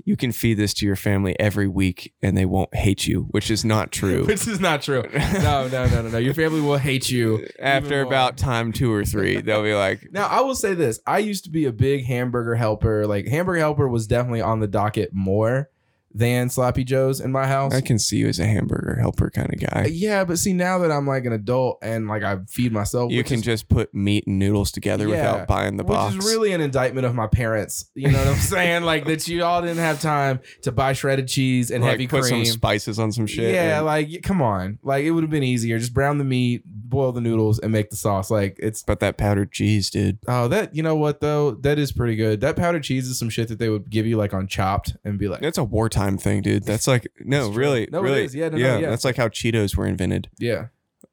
B: you can feed this to your family every week and they won't hate you, which is not true.
A: which is not true. No, no, no, no, no. Your family will hate you.
B: After
A: more.
B: about time two or three, they'll be like,
A: Now, I will say this. I used to be a big hamburger helper. Like hamburger helper was definitely on the docket more than sloppy joes in my house. Uh,
B: I can see you as a hamburger helper kind of guy.
A: yeah, but see now that I'm like an adult and like I feed myself,
B: You
A: which
B: can
A: is,
B: just put meat and noodles
A: Yeah,
B: together without buying the
A: which
B: box.
A: is really an indictment of my parents. You know what I'm saying? like that you all didn't have time to buy shredded cheese and
B: like,
A: heavy
B: put
A: cream.
B: some spices on some shit.
A: yeah,
B: and-
A: like come on. Like it would have been easier. Just brown the meat, boil the noodles, and make the sauce. Like it's
B: but that powdered cheese, dude.
A: Oh, that you know what though? That is pretty good. That powdered cheese is some shit that they would give you like on Chopped and be like,
B: That's a wartime thing, dude. That's like no,
A: It's true.
B: really,
A: No, it
B: really,
A: is. Yeah, no, no,
B: yeah.
A: yeah.
B: That's like how Cheetos were invented.
A: yeah,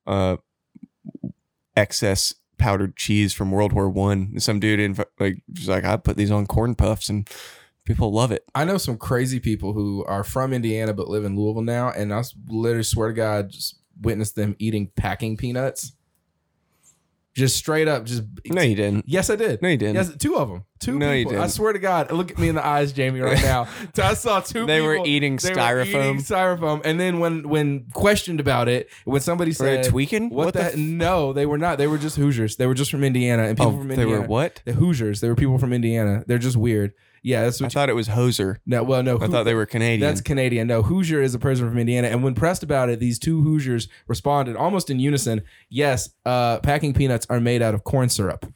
B: Uh, excess powdered cheese from World War One. Some dude in like was like, I put these on corn puffs, and people love it.
A: I know some crazy people who are from Indiana but live in Louisville now, and I s- literally swear to God, just witnessed them eating packing peanuts, just straight up, just
B: No, you didn't.
A: yes, I did.
B: No, you didn't.
A: Yes, two of them. Two
B: No, you
A: people. I
B: didn't.
A: swear to God, look at me in the eyes, Jamie, right now. I saw two.
B: they were
A: people-
B: eating
A: they were
B: styrofoam.
A: eating styrofoam, and then when when questioned about it, when somebody
B: were they
A: said,
B: tweaking?
A: What, the?
B: f-
A: no, they were not. They were just Hoosiers. They were just from Indiana, and people
B: oh,
A: from
B: they
A: Indiana.
B: were what?
A: The Hoosiers. They were people from Indiana. They're just weird. Yeah, that's
B: I
A: what. You,
B: thought it was hoser.
A: no, well, no.
B: I
A: Hoo-
B: thought they were Canadian.
A: that's Canadian. No, Hoosier is a person from Indiana. And when pressed about it, these two Hoosiers responded almost in unison. Yes, uh, packing peanuts are made out of corn syrup.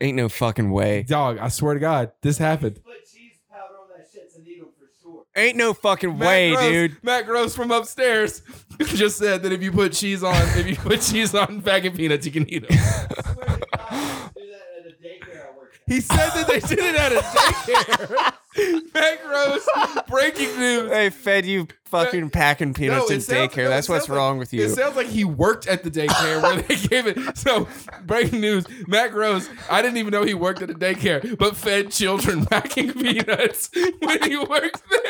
B: Ain't no fucking way.
A: Dog, I swear to God, this happened.
F: Put cheese powder on that shit's a needle for sure.
B: Ain't no fucking
A: Matt
B: way,
A: Gross,
B: dude.
A: Matt Gross from upstairs just said that if you put cheese on, if you put cheese on packing peanuts, you can eat them.
F: I swear to God, I do that at a daycare I worked at.
A: He said that they did it at a daycare. Matt Gross, breaking news.
B: They fed you fucking packing peanuts
A: it
B: in
A: sounds-
B: daycare.
A: no, it
B: That's what's
A: sounds like-
B: wrong with you.
A: It sounds like he worked at the daycare where they gave it. So, breaking news Matt Gross, I didn't even know he worked at a daycare, but fed children packing peanuts when he worked there.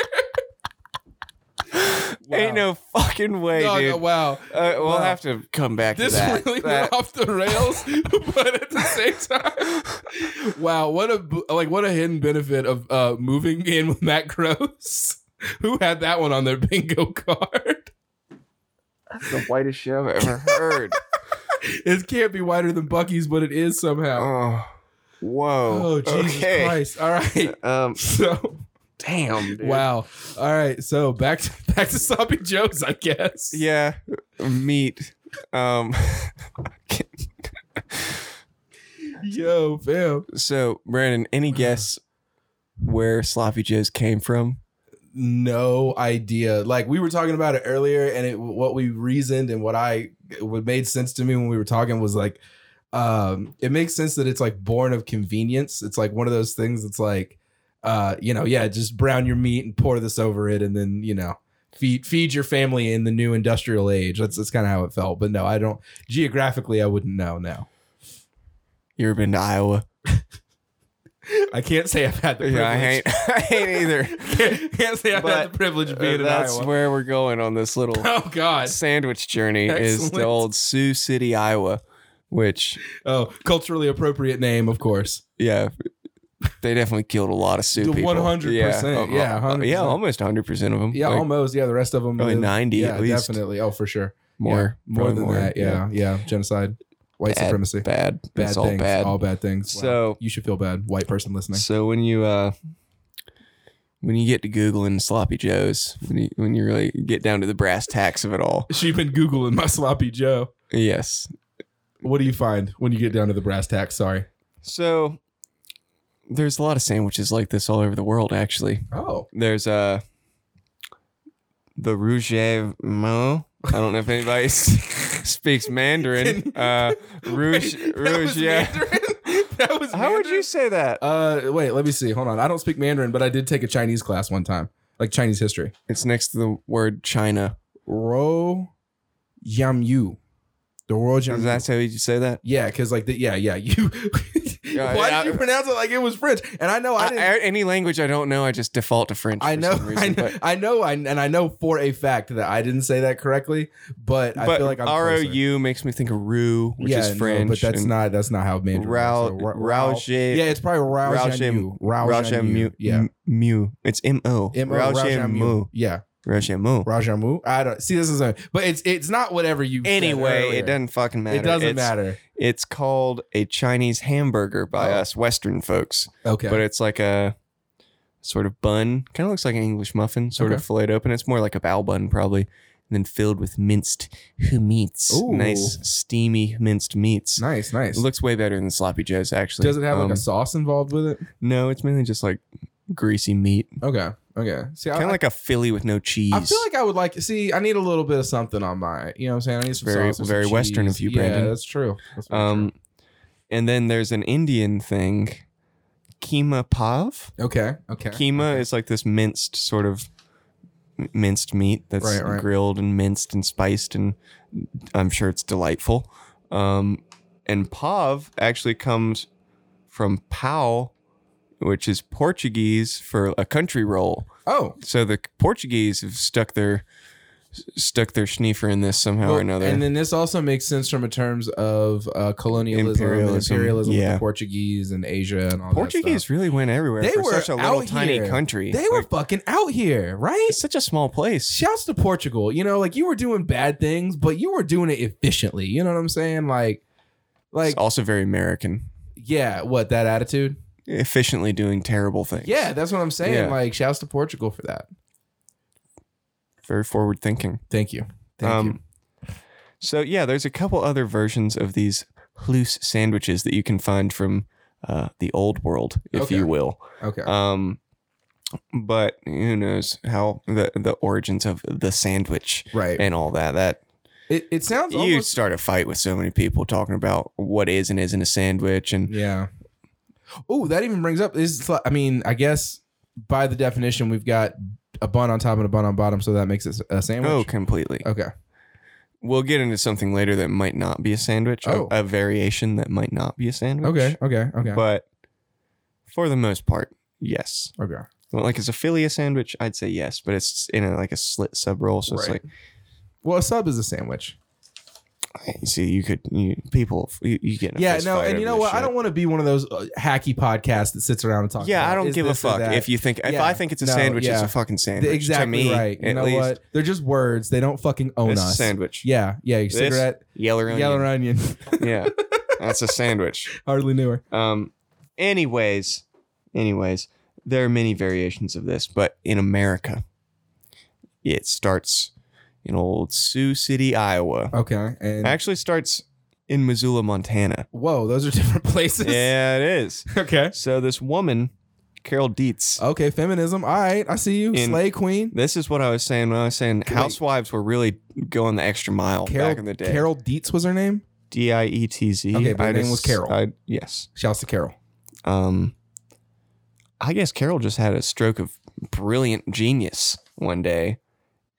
B: Ain't no fucking way,
A: Dog,
B: dude.
A: wow.
B: Uh, we'll
A: Wow.
B: have to come back
A: This
B: to that.
A: really
B: That-
A: went off the rails, but at the same time, wow! What a b- like what a hidden benefit of uh, moving in with Matt Gross, who had that one on their bingo card.
B: the whitest shit I've ever heard.
A: It can't be whiter than Bucky's, but it is somehow.
B: oh, whoa.
A: Oh, Jesus
B: okay.
A: Christ! All right,
B: Um,
A: so
B: damn. Dude.
A: wow. All right, so back to back to sloppy joes, I guess.
B: Yeah, meat. Um,
A: Yo, fam.
B: So, Brandon, any guess where Sloppy Joes came from?
A: No idea. Like we were talking about it earlier, and it what we reasoned and what I what made sense to me when we were talking was like, um, it makes sense that it's like born of convenience. It's like one of those things that's like, uh, you know, yeah, just brown your meat and pour this over it, and then you know. Feed, feed your family in the new industrial age. That's that's kind of how it felt. But no, I don't geographically. I wouldn't know now.
B: You ever been to Iowa?
A: I can't say I've had the privilege.
B: Yeah, I ain't. I ain't either.
A: can't, can't say I've had
B: But,
A: the privilege of being
B: Uh,
A: in
B: that's
A: Iowa.
B: where we're going on this little
A: oh God!
B: sandwich journey. Is the
A: Excellent.
B: old Sioux City, Iowa, which
A: Oh, culturally appropriate name, of course.
B: yeah, they definitely killed a lot of Sioux
A: The
B: people.
A: 100%,
B: um,
A: yeah,
B: uh,
A: 100%.
B: yeah, almost hundred percent of them.
A: Yeah,
B: like,
A: almost. Yeah, the rest of them.
B: probably ninety
A: yeah,
B: at least.
A: definitely. Oh, for sure.
B: More,
A: Yeah, more
B: probably
A: than that. Yeah, yeah, Genocide, white
B: Bad,
A: supremacy, bad
B: bad. That's all
A: things,
B: bad.
A: all bad things. Wow.
B: So
A: you should feel bad, white person listening.
B: So when you uh when you get to googling sloppy joes, when you when you really get down to the brass tacks of it all,
A: She's been googling my sloppy Joe.
B: yes.
A: What do you find when you get down to the brass tacks? Sorry.
B: So there's a lot of sandwiches like this all over the world. Actually,
A: Oh,
B: there's uh the rouge mo. I don't know if anybody s- speaks Mandarin. Uh, rouge, rouge. Yeah.
A: that was.
B: How would you say that?
A: Uh, wait. Let me see. Hold on. I don't speak Mandarin, but I did take a Chinese class one time, like Chinese history.
B: It's next to the word China.
A: Ro Yam Yu. The Ro Yam Yu.
B: Is that how you say that?
A: Yeah, because like the yeah, yeah. You
B: Yeah,
A: why
B: yeah.
A: did you pronounce it like it was French? And I know Oh, I
B: I,
A: didn't
B: I- any language I don't know, I just default to French.
A: I
B: for
A: know,
B: some reason,
A: I know,
B: but,
A: I know, I- and I know for a fact that I didn't say that correctly. But, I
B: but
A: feel like I'm
B: R O
A: closer.
B: U makes me think of Rue, which
A: yeah,
B: is
A: no,
B: French.
A: but that's
B: and
A: not that's not how Mandarin.
B: Rao,
A: works. So, Ra- Rao-
B: Rao,
A: yeah, it's probably Rao
B: Rao-
A: Jianyu. Rao
B: Rajamu,
A: Jianyu. Yeah,
B: Mu. It's M O.
A: M O Rajamu. Yeah,
B: Rajamu.
A: Rajamu. I don't see this is a, but it's it's not whatever you. said
B: Anyway,
A: earlier.
B: it doesn't fucking matter.
A: oh, It doesn't
B: it's,
A: matter.
B: It's called a Chinese hamburger by
A: Oh.
B: us Western folks,
A: Okay,
B: but it's like a sort of bun. Kind of looks like an English muffin, sort of
A: Okay.
B: filleted open. It's more like a bao bun, probably. And then filled with minced meats.
A: Ooh.
B: Nice, steamy minced meats.
A: nice, nice.
B: It looks way better than sloppy joes, actually.
A: does it have like
B: Um,
A: a sauce involved with it?
B: No, it's mainly just like greasy meat,
A: Okay, okay. See, Oh, I,
B: kind of like a Philly with no cheese.
A: I feel like I would like see. I need a little bit of something on my. You know what I'm saying? I need some
B: Very-
A: sauce and
B: very
A: some
B: Western
A: cheese.
B: of you,
A: yeah,
B: Brandon.
A: That's true. That's very
B: Um, and then there's an Indian thing, keema pav.
A: true. Okay. Okay.
B: Keema is like this minced sort of m- minced meat that's
A: Right, right.
B: grilled and minced and spiced, and I'm sure it's delightful. Um, and pav actually comes from pau, which is Portuguese for a country roll.
A: Oh.
B: so the Portuguese have stuck their stuck their schniefer in this somehow
A: well,
B: or another.
A: And then this also makes sense from a terms of uh, colonialism,
B: Imperialism,
A: imperialism, imperialism with
B: yeah.
A: the Portuguese and Asia and all
B: Portuguese really went everywhere
A: They
B: for
A: were
B: such a little
A: out
B: tiny
A: here.
B: country.
A: That stuff. They were
B: Like,
A: fucking out here, right?
B: it's such a small place.
A: Shouts to Portugal. You know, like you were doing bad things, but you were doing it efficiently. You know what I'm saying? Like, like
B: it's also very American.
A: yeah, what that attitude?
B: Efficiently doing terrible things.
A: Yeah, that's what I'm saying.
B: Yeah.
A: Like, shouts to Portugal for that.
B: Very forward thinking.
A: Thank you. Thank
B: Um,
A: you.
B: So yeah, there's a couple other versions of these loose sandwiches that you can find from uh, the old world, if
A: Okay.
B: you will.
A: Okay.
B: Um, but who knows how the the origins of the sandwich
A: right.
B: and all that that
A: It, it sounds
B: you
A: almost
B: start a fight with so many people talking about what is and isn't a sandwich and
A: yeah. Oh, that even brings up is I mean, I guess by the definition we've got a bun on top and a bun on bottom, so that makes it a
B: oh
A: sandwich.
B: completely
A: Okay.
B: we'll get into something later that might not be a sandwich a-
A: Oh.
B: a, variation that might not be a sandwich
A: Okay. Okay. Okay.
B: but for the most part yes
A: okay.
B: well, like is a philly a sandwich i'd say yes but it's in a, like a slit sub roll so it's
A: Right.
B: like
A: Well, a sub is a sandwich.
B: you eh, see you could you, people you, you get in a
A: Yeah.
B: fist
A: No.
B: fight
A: And you
B: over
A: know
B: this
A: what? I
B: shit.
A: don't want to be one of those uh, hacky podcasts that sits around and talks.
B: yeah,
A: about,
B: I don't
A: is
B: give a
A: this or
B: fuck
A: that.
B: if you think if
A: Yeah.
B: I think it's a
A: No,
B: sandwich, it's
A: yeah.
B: a fucking sandwich.
A: Th-
B: to
A: exactly
B: me,
A: right. You
B: at
A: know
B: least,
A: what? They're just words. They don't fucking own
B: It's a
A: us.
B: sandwich.
A: Yeah. Yeah. Your cigarette.
B: Yeller onion.
A: Yellow onion.
B: yeah, that's a sandwich.
A: Hardly knew her.
B: Um, anyways, anyways, there are many variations of this, but in America, it starts in old Sioux City, Iowa.
A: Okay. And
B: Actually, starts in Missoula, Montana.
A: Whoa, those are different places.
B: yeah, it is.
A: Okay.
B: So this woman, Carol Dietz.
A: Okay, feminism. All right, I see you,
B: In-
A: Slay Queen.
B: This is what I was saying when I was saying housewives were really going the extra mile
A: Carol,
B: back in the day.
A: Carol Dietz was her name.
B: D I E T Z.
A: Okay, but her
B: I
A: name was
B: just-
A: Carol.
B: I- yes.
A: Shouts to Carol.
B: Um, I guess Carol just had a stroke of brilliant genius one day,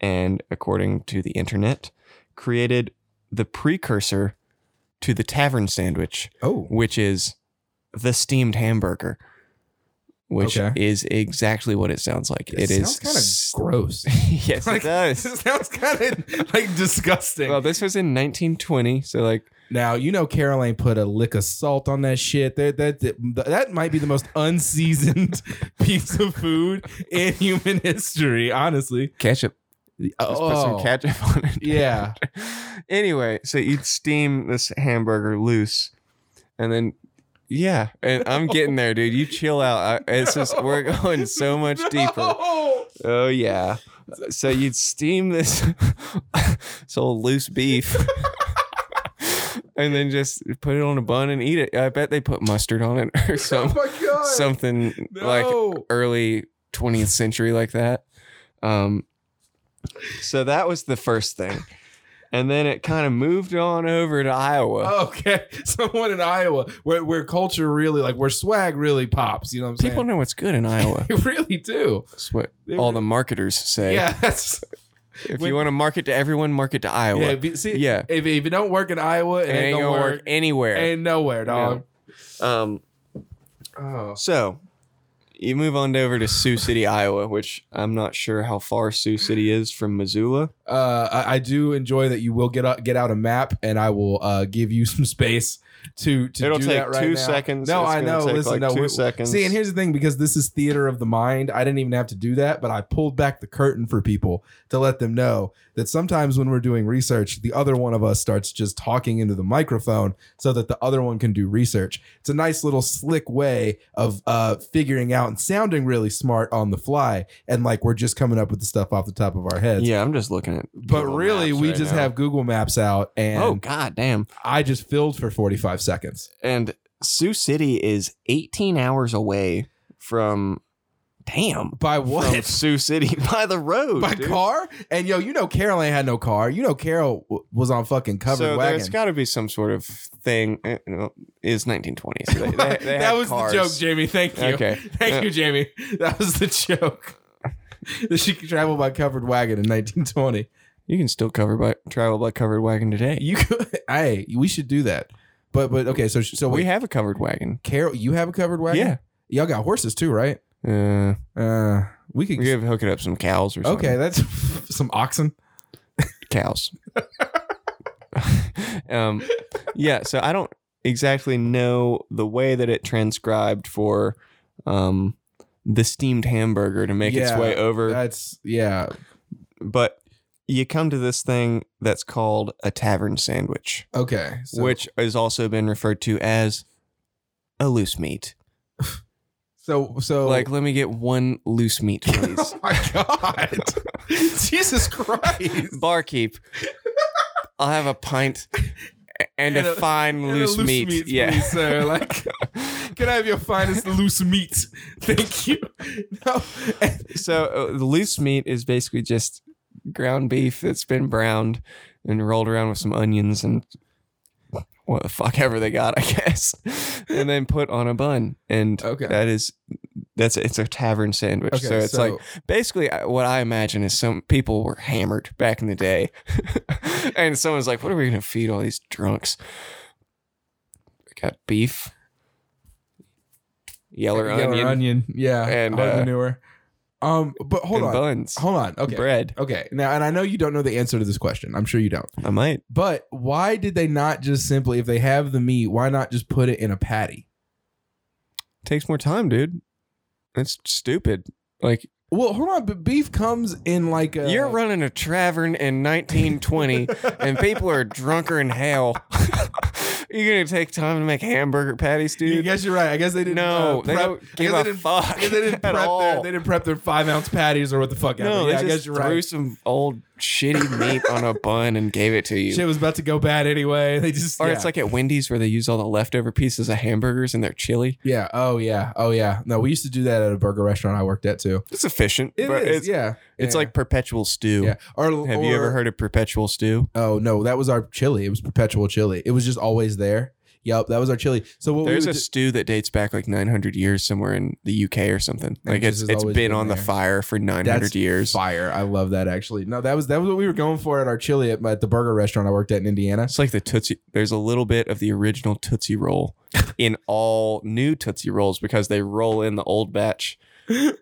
B: and according to the internet, created the precursor to the tavern sandwich,
A: Oh,
B: which is the steamed hamburger, which
A: Okay.
B: is exactly what it sounds like.
A: this
B: it
A: sounds
B: is
A: kind
B: s-
A: of gross.
B: yes,
A: Like,
B: it does.
A: this sounds kind of like disgusting.
B: Well, this was in 1920, so like
A: now you know Caroline put a lick of salt on that shit. That that that, that might be the most unseasoned piece of food in human history. Honestly.
B: ketchup. Just put some
A: Oh.
B: ketchup on it.
A: Yeah.
B: anyway, so you'd steam this hamburger loose, and then yeah, and I'm getting there, dude. You chill out. I, it's just we're going so much deeper.
A: Oh,
B: Oh yeah. So you'd steam this this old loose beef. And then just put it on a bun and eat it. I bet they put mustard on it or some,
A: Oh my god.
B: something like
A: No.
B: early 20th century like that. Um, so that was the first thing. And then it kind of moved on over to
A: Oh,
B: Iowa.
A: Okay, someone in Iowa where, where culture really like where swag really pops. You know what I'm saying?
B: People know what's good in Iowa.
A: They really do.
B: That's what
A: They
B: all
A: really-
B: the marketers say.
A: Yeah. that's-
B: If
A: When-
B: you want to market to everyone, market to Iowa.
A: yeah.
B: it
A: If you, see,
B: Yeah.
A: If, if you don't work in Iowa, it,
B: ain't,
A: ain't,
B: gonna
A: gonna
B: work,
A: work.
B: anywhere.
A: Ain't nowhere, dog.
B: um,
D: Oh,
B: so you move on over to Sioux City, Iowa, which I'm not sure how far Sioux City is from Missoula.
A: Uh, I, I do enjoy that you will get up, get out a map, and I will uh, give you some space to to
B: It'll
A: do
B: take
A: that right
B: two
A: now.
B: seconds.
A: No,
B: It's
A: I
B: gonna
A: know.
B: take,
A: Listen,
B: like,
A: no,
B: two
A: we-
B: seconds.
A: See, and here's the thing because this is theater of the mind, I didn't even have to do that, but I pulled back the curtain for people to let them know that sometimes when we're doing research, the other one of us starts just talking into the microphone so that the other one can do research. It's a nice little slick way of uh, figuring out and sounding really smart on the fly. And like we're just coming up with the stuff off the top of our heads.
B: yeah, I'm just looking at.
A: But
B: Google
A: really,
B: Maps
A: we
B: right
A: just
B: now.
A: have Google Maps out, and
B: Oh god damn!
A: I just filled for 45 seconds.
B: and Sioux City is 18 hours away from damn
A: By
B: from
A: what?
B: Sioux City by the road
A: by
B: dude.
A: car? And yo, you know Carol ain't had no car. You know Carol w- was on fucking covered
B: so
A: wagon.
B: there's got to be some sort of thing. eh, You know, is 1920s. They, they, they
A: that
B: had
A: was
B: cars.
A: the joke, Jamie. Thank you.
B: Okay.
A: Thank you, Jamie. That was the joke. that she could travel by covered wagon in 1920.
B: You can still cover by travel by covered wagon today.
A: You could, hey, we should do that. But but okay, so so
B: We
A: we
B: have a covered wagon.
A: Carol, you have a covered wagon. y'all got horses too, right?
B: Yeah, uh,
A: Uh, we could.
B: we could hook it up some cows or something.
A: okay, that's some oxen.
B: cows. um, yeah, so I don't exactly know the way that it transcribed for um, the steamed hamburger to make its
A: Yeah,
B: way over,
A: That's yeah.
B: but you come to this thing that's called a tavern sandwich,
A: Okay, so,
B: which has also been referred to as a loose meat.
A: so so
B: Like, let me get one loose meat, please.
A: Oh my god! Jesus Christ!
B: Barkeep, I'll have a pint
A: And
B: and, a,
A: a-
B: fine
A: And a
B: loose, meat. yeah.
A: please, sir. Like, can I have your finest loose meat? Thank you. No.
B: So uh, the loose meat is basically just ground beef that's been browned and rolled around with some onions and what the fuck ever they got, I guess, and then put on a bun. And
A: Okay.
B: that is that's it's a tavern sandwich. so it's like basically I- what I imagine is some people were hammered back in the day, and someone's like, "What are we gonna feed all these drunks? We got beef." Yeller,
A: yellow
B: onion,
A: onion, yeah, and
B: and,
A: hard
B: uh,
A: manure. Um, but hold
B: and
A: on,
B: buns,
A: hold on. Okay,
B: bread.
A: okay. Now, and I know you don't know the answer to this question. I'm sure you don't.
B: I might.
A: But why did they not just simply, if they have the meat, why not just put it in a patty?
B: takes more time, dude. That's stupid. Like
A: Well, hold on, but beef comes in like a.
B: you're running a tavern in 1920, and people are drunker in hell, You're gonna take time to make hamburger patties, dude.
A: You guess you're right. I guess they didn't.
B: no,
A: uh,
B: they
A: prep-
B: don't give
A: I guess they
B: a
A: didn't,
B: fuck
A: I guess they didn't
B: at
A: prep their
B: all.
A: they didn't prep their five ounce patties or what the fuck. ever.
B: no,
A: yeah, I
B: they
A: guess
B: just
A: you're
B: threw
A: right.
B: some old shitty meat on a bun and gave it to you.
A: Shit was about to go bad anyway. They just
B: or
A: yeah.
B: it's like at Wendy's where they use all the leftover pieces of hamburgers in their chili.
A: yeah, oh yeah, oh yeah. No, we used to do that at a burger restaurant I worked at too.
B: It's efficient,
A: It
B: but
A: is,
B: it's
A: yeah.
B: it's
A: yeah.
B: like perpetual stew.
A: yeah. Or
B: Have you ever heard of perpetual stew?
A: Oh no, that was our chili. It was perpetual chili. It was just always there. Yep, that was our chili. So what
B: There's
A: we
B: a
A: would do-
B: stew that dates back like 900 years somewhere in the UK or something.
A: And
B: Like
A: it
B: it's
A: just has
B: it's
A: always
B: been
A: been
B: on the
A: there.
B: fire for 900
A: That's
B: years.
A: fire. I love that actually. No, that was that was what we were going for at our chili at, at the burger restaurant I worked at in Indiana.
B: It's like the Tootsie. There's a little bit of the original Tootsie Roll in all new Tootsie Rolls because they roll in the old batch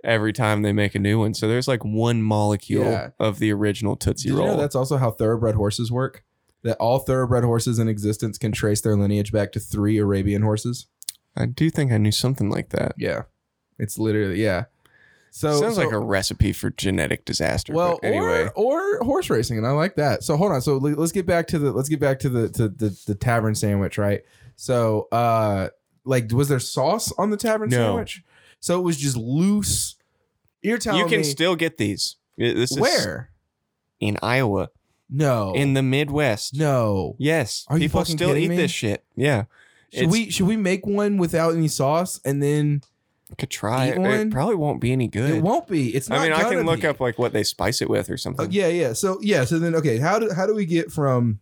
B: every time they make a new one. So there's like one molecule
A: Yeah.
B: of the original Tootsie
A: Did you
B: Roll.
A: know that's also how thoroughbred horses work? That all thoroughbred horses in existence can trace their lineage back to three Arabian horses.
B: I do think I knew something like that.
A: Yeah, it's literally yeah. So
B: Sounds
A: so-
B: like a recipe for genetic disaster.
A: well,
B: but anyway,
A: or, or horse racing, and I like that. So hold on. So le- let's get back to the let's get back to the to the, the tavern sandwich, right? So uh, like, was there sauce on the tavern
B: No.
A: sandwich? So it was just loose. You're telling
B: you can
A: me
B: still get these. I- This is
A: where? Oh.
B: in Iowa,
A: No,
B: in the Midwest.
A: no.
B: Yes,
A: Are you
B: people
A: fucking
B: still
A: kidding
B: eat
A: me?
B: this shit. Yeah,
A: Should
B: It's-
A: we should we make one without any sauce and then
B: could try
A: Eat
B: it.
A: one?
B: It probably won't be any good.
A: it won't be? It's not.
B: I mean, I
A: gonna
B: can look
A: be.
B: up like what they spice it with or something.
A: Oh, yeah, yeah. So yeah, so then okay, how do how do we get from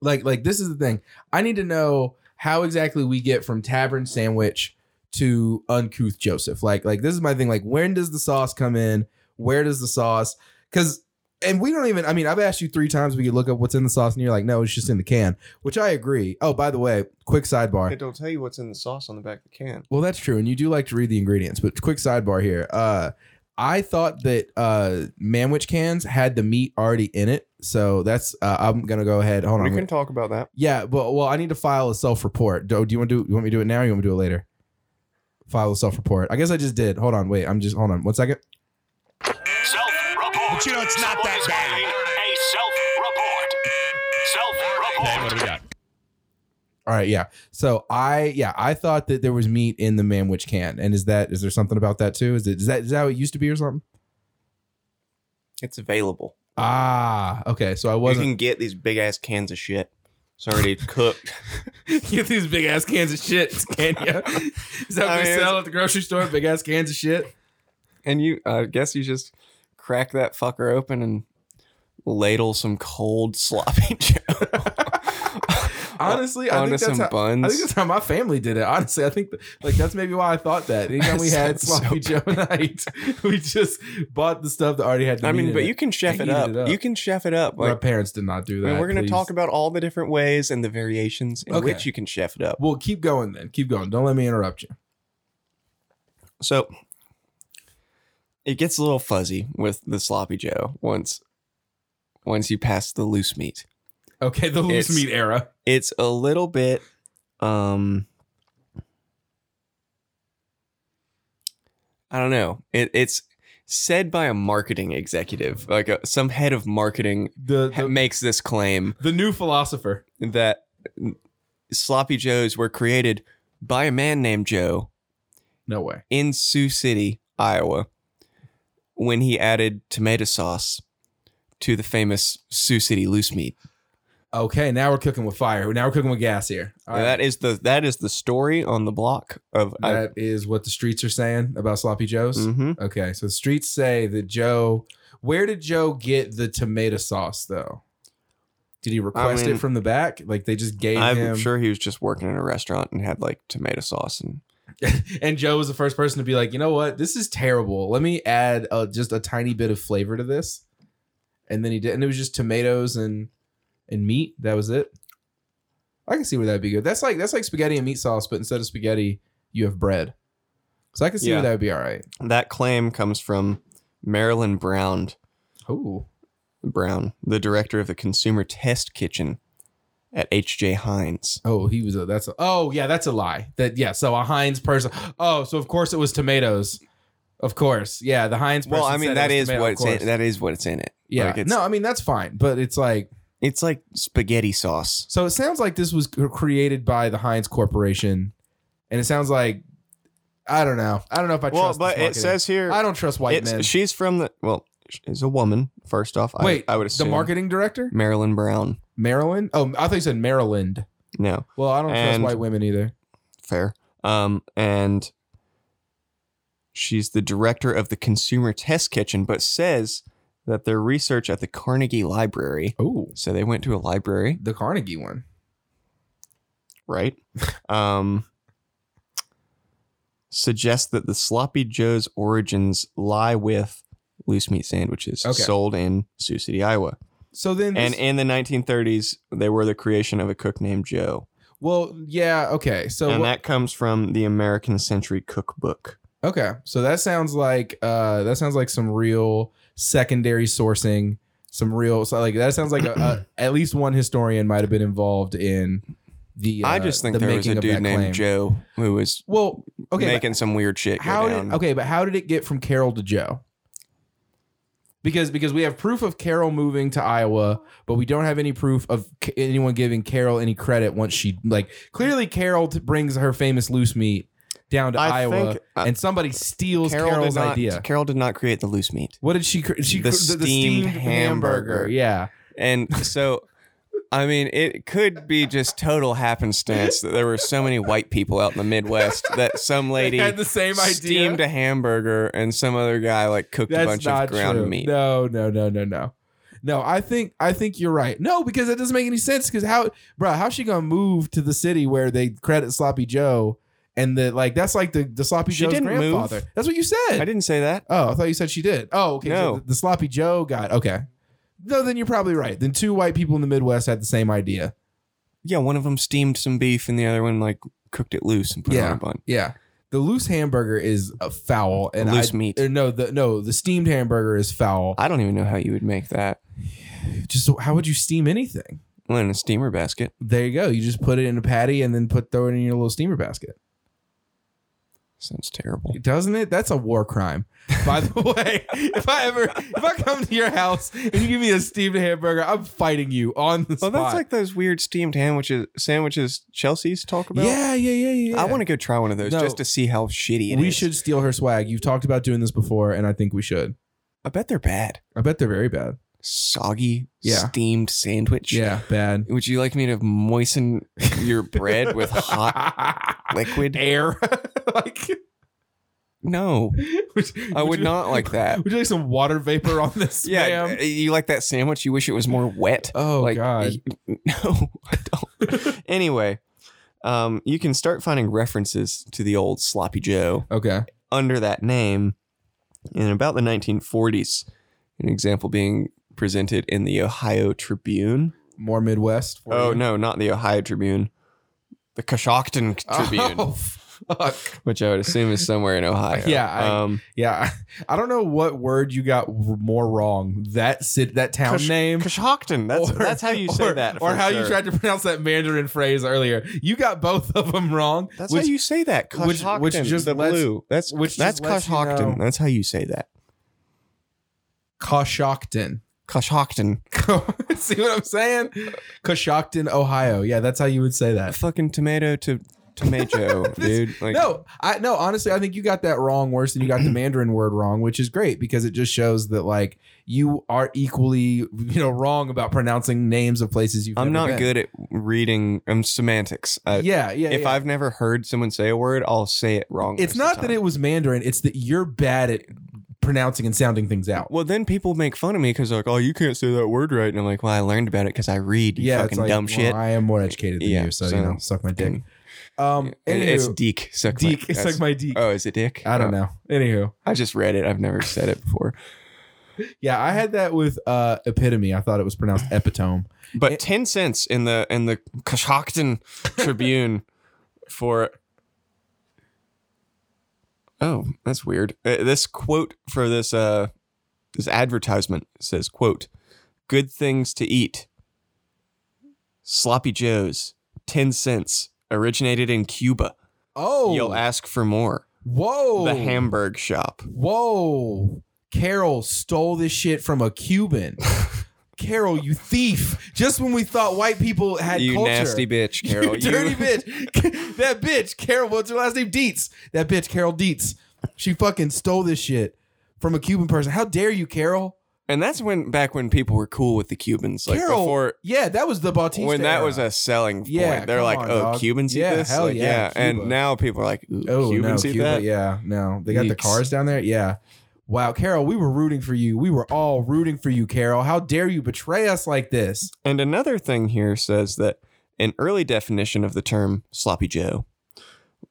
A: like like this is the thing. I need to know how exactly we get from tavern sandwich to uncouth Joseph. Like like this is my thing. Like when does the sauce come in? Where does the sauce? Because and we don't even. I mean, I've asked you three times. We could look up what's in the sauce, and you're like, no, it's just in the can, which I agree. Oh, by the way, quick sidebar.
B: don't tell you what's in the sauce on the back of the can.
A: Well, that's true, and you do like to read the ingredients. But quick sidebar here: uh, I thought that uh, manwich cans had the meat already in it, so that's uh, I'm gonna go ahead. Hold on,
B: talk about that.
A: yeah. But well, I need to file a self report. Do, do you want to do? You want me to do it now? or You want me to do it later? File a self report. I guess I just did. Hold on, wait. I'm just hold on one second.
H: Self-report. But you know it's not that bad. A self-report. Self-report.
A: All right, yeah. So I yeah I thought that there was meat in the manwich can, and is that is there something about that too? Is it is that is that how it used to be or something?
B: It's available.
A: Ah, okay. So I wasn't.
B: you can get these big ass cans of shit. It's already cooked.
A: Get these big ass cans of shit, can you? Is that what
B: I
A: they
B: mean,
A: sell at the grocery store? Big ass cans of shit.
B: And you, I guess you just crack that fucker open and ladle some cold sloppy joe.
A: Honestly, I
B: onto
A: think
B: some
A: that's how.
B: buns.
A: I think that's how my family did it. Honestly, I think like that's maybe why I thought that. Anytime we had
B: Sounds so
A: sloppy Joe night, we just bought the stuff that already had. The
B: I
A: meat
B: mean,
A: in
B: but
A: it.
B: you can chef
A: And
B: it
A: heated it
B: up.
A: up.
B: You can chef it up.
A: My
B: Like,
A: parents did not do
B: I
A: that.
B: mean, we're going to
A: please.
B: talk about all the different ways and the variations in
A: Okay.
B: which you can chef it up.
A: Well, keep going then. Keep going. Don't let me interrupt you.
B: So it gets a little fuzzy with the sloppy joe once once you pass the loose meat.
A: Okay, the loose
B: It's-
A: meat era.
B: It's a little bit um I don't know. It it's said by a marketing executive, like a, some head of marketing
A: The
B: ha-
A: the,
B: makes this claim
A: the new philosopher.
B: that mm, sloppy joes were created by a man named Joe
A: No way.
B: in Sioux City, Iowa, when he added tomato sauce to the famous Sioux City loose meat.
A: Okay, now we're cooking with fire. Now we're cooking with gas here. All right.
B: That is the that is the story on the block of I-
A: That is what the streets are saying about sloppy joes.
B: Mhm.
A: Okay, so the streets say that Joe. Where did Joe get the tomato sauce though? Did he request
B: mean-
A: it from the back? Like they just gave
B: I'm
A: him.
B: sure he was just working in a restaurant and had like tomato sauce and
A: and Joe was the first person to be like, you know what, this is terrible. Let me add uh, just a tiny bit of flavor to this. And then he did, and it was just tomatoes and and meat. That was it. I can see where that'd be good. That's like that's like spaghetti and meat sauce, but instead of spaghetti, you have bread. So I can see
B: Yeah.
A: where that would be all right.
B: that claim comes from Marilyn Brown,
A: Oh,
B: Brown, the director of the Consumer Test Kitchen at H.J. Heinz.
A: Oh, he was a that's a oh yeah, that's a lie. That yeah, so a Heinz person. Oh, so of course it was tomatoes. Of course. Yeah, the Heinz person.
B: Well, I mean
A: said
B: that
A: it was
B: is
A: tomato,
B: what
A: of
B: it's in,
A: course.
B: that is what it's in it.
A: yeah.
B: like it's-
A: no, I mean that's fine, but it's like
B: It's like spaghetti sauce.
A: So it sounds like this was created by the Heinz Corporation, and it sounds like I don't know. I don't know if I
B: Well,
A: trust.
B: but
A: this
B: it says here
A: marketing. I don't trust white
B: it's-
A: men.
B: she's from the well, she's a woman first off.
A: Wait,
B: I, I would
A: the
B: assume
A: marketing director,
B: Marilyn Brown.
A: Maryland. Oh, I thought you said Maryland.
B: No,
A: Well, I don't trust
B: And-
A: white women either.
B: fair. Um, and she's the director of the Consumer Test Kitchen, but says that their research at the Carnegie Library.
A: Oh,
B: So they went to a library,
A: the Carnegie one.
B: right? Um, suggests that the sloppy joe's origins lie with loose meat sandwiches
A: Okay.
B: sold in Sioux City, Iowa.
A: So then,
B: And
A: this-
B: in the 1930s, they were the creation of a cook named Joe.
A: well, yeah, okay. So
B: and
A: what-
B: that comes from the American Century Cookbook.
A: Okay, so that sounds like uh, that sounds like some real secondary sourcing, some real so like that sounds like a, a, at least one historian might have been involved in the. Uh,
B: I just think
A: the
B: there was
A: making
B: a
A: of that
B: dude named
A: claim.
B: Joe who was
A: Well, okay, but
B: making some weird shit. Go
A: how
B: down.
A: did okay, but how did it get from Carol to Joe? Because because we have proof of Carol moving to Iowa, but we don't have any proof of c- anyone giving Carol any credit once she like clearly Carol t- brings her famous loose meat down to
B: I
A: Iowa,
B: think uh,
A: and somebody steals
B: Carol
A: Carol's
B: did not,
A: idea.
B: Carol did not create the loose meat,
A: What did she? cr- She
B: The
A: cr-
B: steamed hamburger.
A: Yeah.
B: and so. I mean, it could be just total happenstance that there were so many white people out in the Midwest that some lady
A: the same
B: steamed a hamburger and some other guy like cooked a
A: That's
B: bunch
A: not
B: of ground
A: true.
B: meat.
A: No, no, no, no, no. No, I think I think you're right. No, because that doesn't make any sense. Because how, bro, how's she gonna move to the city where they credit Sloppy Joe and the like? That's like the the Sloppy
B: She
A: Joe's
B: didn't move.
A: grandfather. That's what you said.
B: I didn't say that.
A: Oh, I thought you said she did. Oh, okay.
B: No.
A: so the, the Sloppy Joe got okay. No, then you're probably right. Then two white people in the Midwest had the same idea.
B: Yeah, one of them steamed some beef and the other one like cooked it loose and put it
A: Yeah.
B: on a bun.
A: Yeah. The loose hamburger is uh, foul and
B: Loose
A: I,
B: meat.
A: uh, No, the no, the steamed hamburger is foul.
B: I don't even know how you would make that
A: Just how would you steam anything?
B: Well, in a steamer basket.
A: There you go. You just put it in a patty and then put throw it in your little steamer basket.
B: Sounds terrible.
A: Doesn't it? That's a war crime. By the way, if I ever if I come to your house and you give me a steamed hamburger, I'm fighting you on the
B: Well,
A: spot.
B: Oh, that's like those weird steamed sandwiches sandwiches Chelsea's talk about.
A: yeah, yeah, yeah, yeah. yeah.
B: I want to go try one of those
A: No.
B: just to see how shitty it is.
A: We should steal her swag. You've talked about doing this before, and I think we should.
B: I bet they're bad.
A: I bet they're very bad.
B: Soggy
A: Yeah.
B: steamed sandwich.
A: Yeah, bad.
B: Would you like me to moisten your bread with hot liquid?
A: air. like
B: No, I would
A: you-
B: not like that.
A: Would you like some water vapor on this?
B: Yeah, eh,
A: ma'am?
B: you like that sandwich? You wish it was more wet.
A: Oh
B: like,
A: god.
B: y- No, I don't. anyway, um, you can start finding references to the old Sloppy Joe
A: Okay.
B: under that name in about the 1940s. An example being presented in the Ohio Tribune.
A: More Midwest. for
B: Oh
A: you.
B: no, not the Ohio Tribune, the Coshocton Tribune,
A: Oh, fuck.
B: which I would assume is somewhere in Ohio.
A: Yeah, I-
B: um,
A: Yeah. I don't know what word you got w- more wrong. That sit that town
B: Cosh-
A: name.
B: Coshocton. That's
A: or-
B: that's how you say
A: or-
B: that,
A: Or
B: for
A: how you
B: sure.
A: tried to pronounce that Mandarin phrase earlier. You got both of them wrong.
B: That's
A: which
B: how you say that.
A: which-
B: Coshocton,
A: which just
B: the
A: lets-
B: blue. That's
A: which
B: which
A: just lets
B: that's
A: you
B: Coshocton.
A: know-
B: That's how you say that.
A: Coshocton.
B: Coshocton.
A: See what I'm saying? Coshocton, Ohio. Yeah, that's how you would say that.
B: Fucking tomato to tomato,
A: This-
B: dude. Like,
A: no, I no. Honestly, I think you got that wrong worse than you got the Mandarin word wrong, which is great because it just shows that like you are equally you know wrong about pronouncing names of places you've.
B: I'm
A: never been.
B: not good at reading um, semantics. I,
A: yeah, yeah.
B: if
A: yeah.
B: I've never heard someone say a word, I'll say it wrong.
A: it's not that it was Mandarin. It's that you're bad at pronouncing and sounding things out.
B: Well, then people make fun of me because like, oh, you can't say that word right, and I'm like, well, I learned about it because I read. You
A: yeah, it's
B: fucking
A: like,
B: dumb
A: well,
B: shit.
A: I am more educated than
B: Yeah,
A: you, so,
B: so-
A: you know, suck my dick.
B: And-
A: Um,
B: it's
A: anywho,
B: deek. Suck my-
A: deek. It's
B: that's-
A: like my deek.
B: Oh, is it dick?
A: I
B: Oh,
A: don't know. Anywho,
B: I just read it. I've never said it before.
A: yeah, I had that with uh epitome. I thought it was pronounced epitome.
B: But ten cents in the in the Coshocton Tribune for. Oh, that's weird. Uh, This quote for this uh this advertisement says quote, "Good things to eat." Sloppy Joe's, ten cents, originated in Cuba.
A: Oh,
B: You'll ask for more.
A: whoa,
B: The Hamburg Shop.
A: Whoa. Carol stole this shit from a Cuban. Carol, you thief! Just when we thought white people had
B: you
A: culture,
B: nasty bitch, Carol.
A: you dirty bitch. that bitch, Carol, what's her last name? Dietz. That bitch, Carol Dietz. She fucking stole this shit from a Cuban person. How dare you, Carol?
B: And that's when back when people were cool with the Cubans, like
A: Carol.
B: before
A: yeah, that was the Bautista.
B: when that
A: era.
B: was a selling point.
A: Yeah,
B: They're
A: come
B: like,
A: on,
B: oh,
A: dog.
B: Cubans eat
A: Yeah,
B: this,
A: hell
B: Like,
A: yeah, Cuba.
B: And now people are like, ooh,
A: oh
B: Cubans
A: no,
B: eat
A: Cuba,
B: that.
A: yeah, no, they got the
B: Yeeks.
A: cars down there. Yeah, wow, Carol, we were rooting for you. We were all rooting for you, Carol. How dare you betray us like this?
B: And another thing here says that an early definition of the term sloppy Joe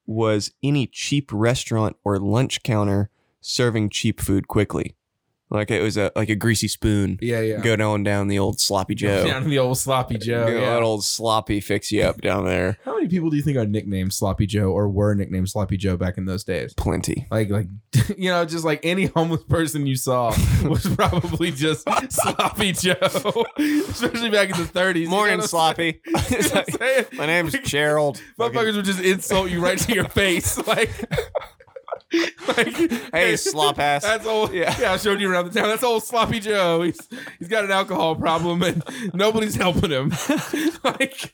B: was any cheap restaurant or lunch counter serving cheap food quickly. Like it was a like a greasy spoon
A: Yeah, yeah.
B: go down down the old sloppy Joe.
A: Down to the old sloppy Joe.
B: Go
A: yeah.
B: That old sloppy fix you up down there.
A: How many people do you think are nicknamed Sloppy Joe or were nicknamed Sloppy Joe back in those days?
B: Plenty.
A: Like, like, you know, just like any homeless person you saw was probably just sloppy Joe, especially back in the 30s. You know
B: Morning,
A: what I'm
B: sloppy.
A: saying? You
B: It's
A: know what I'm
B: like,
A: saying?
B: My name's Gerald. Fucking-
A: Motherfuckers would just insult you right to your face. Like, like
B: Hey, slop ass.
A: That's old. Yeah.
B: Yeah.
A: I showed you around the town. That's old Sloppy Joe. He's he's got an alcohol problem and nobody's helping him. like,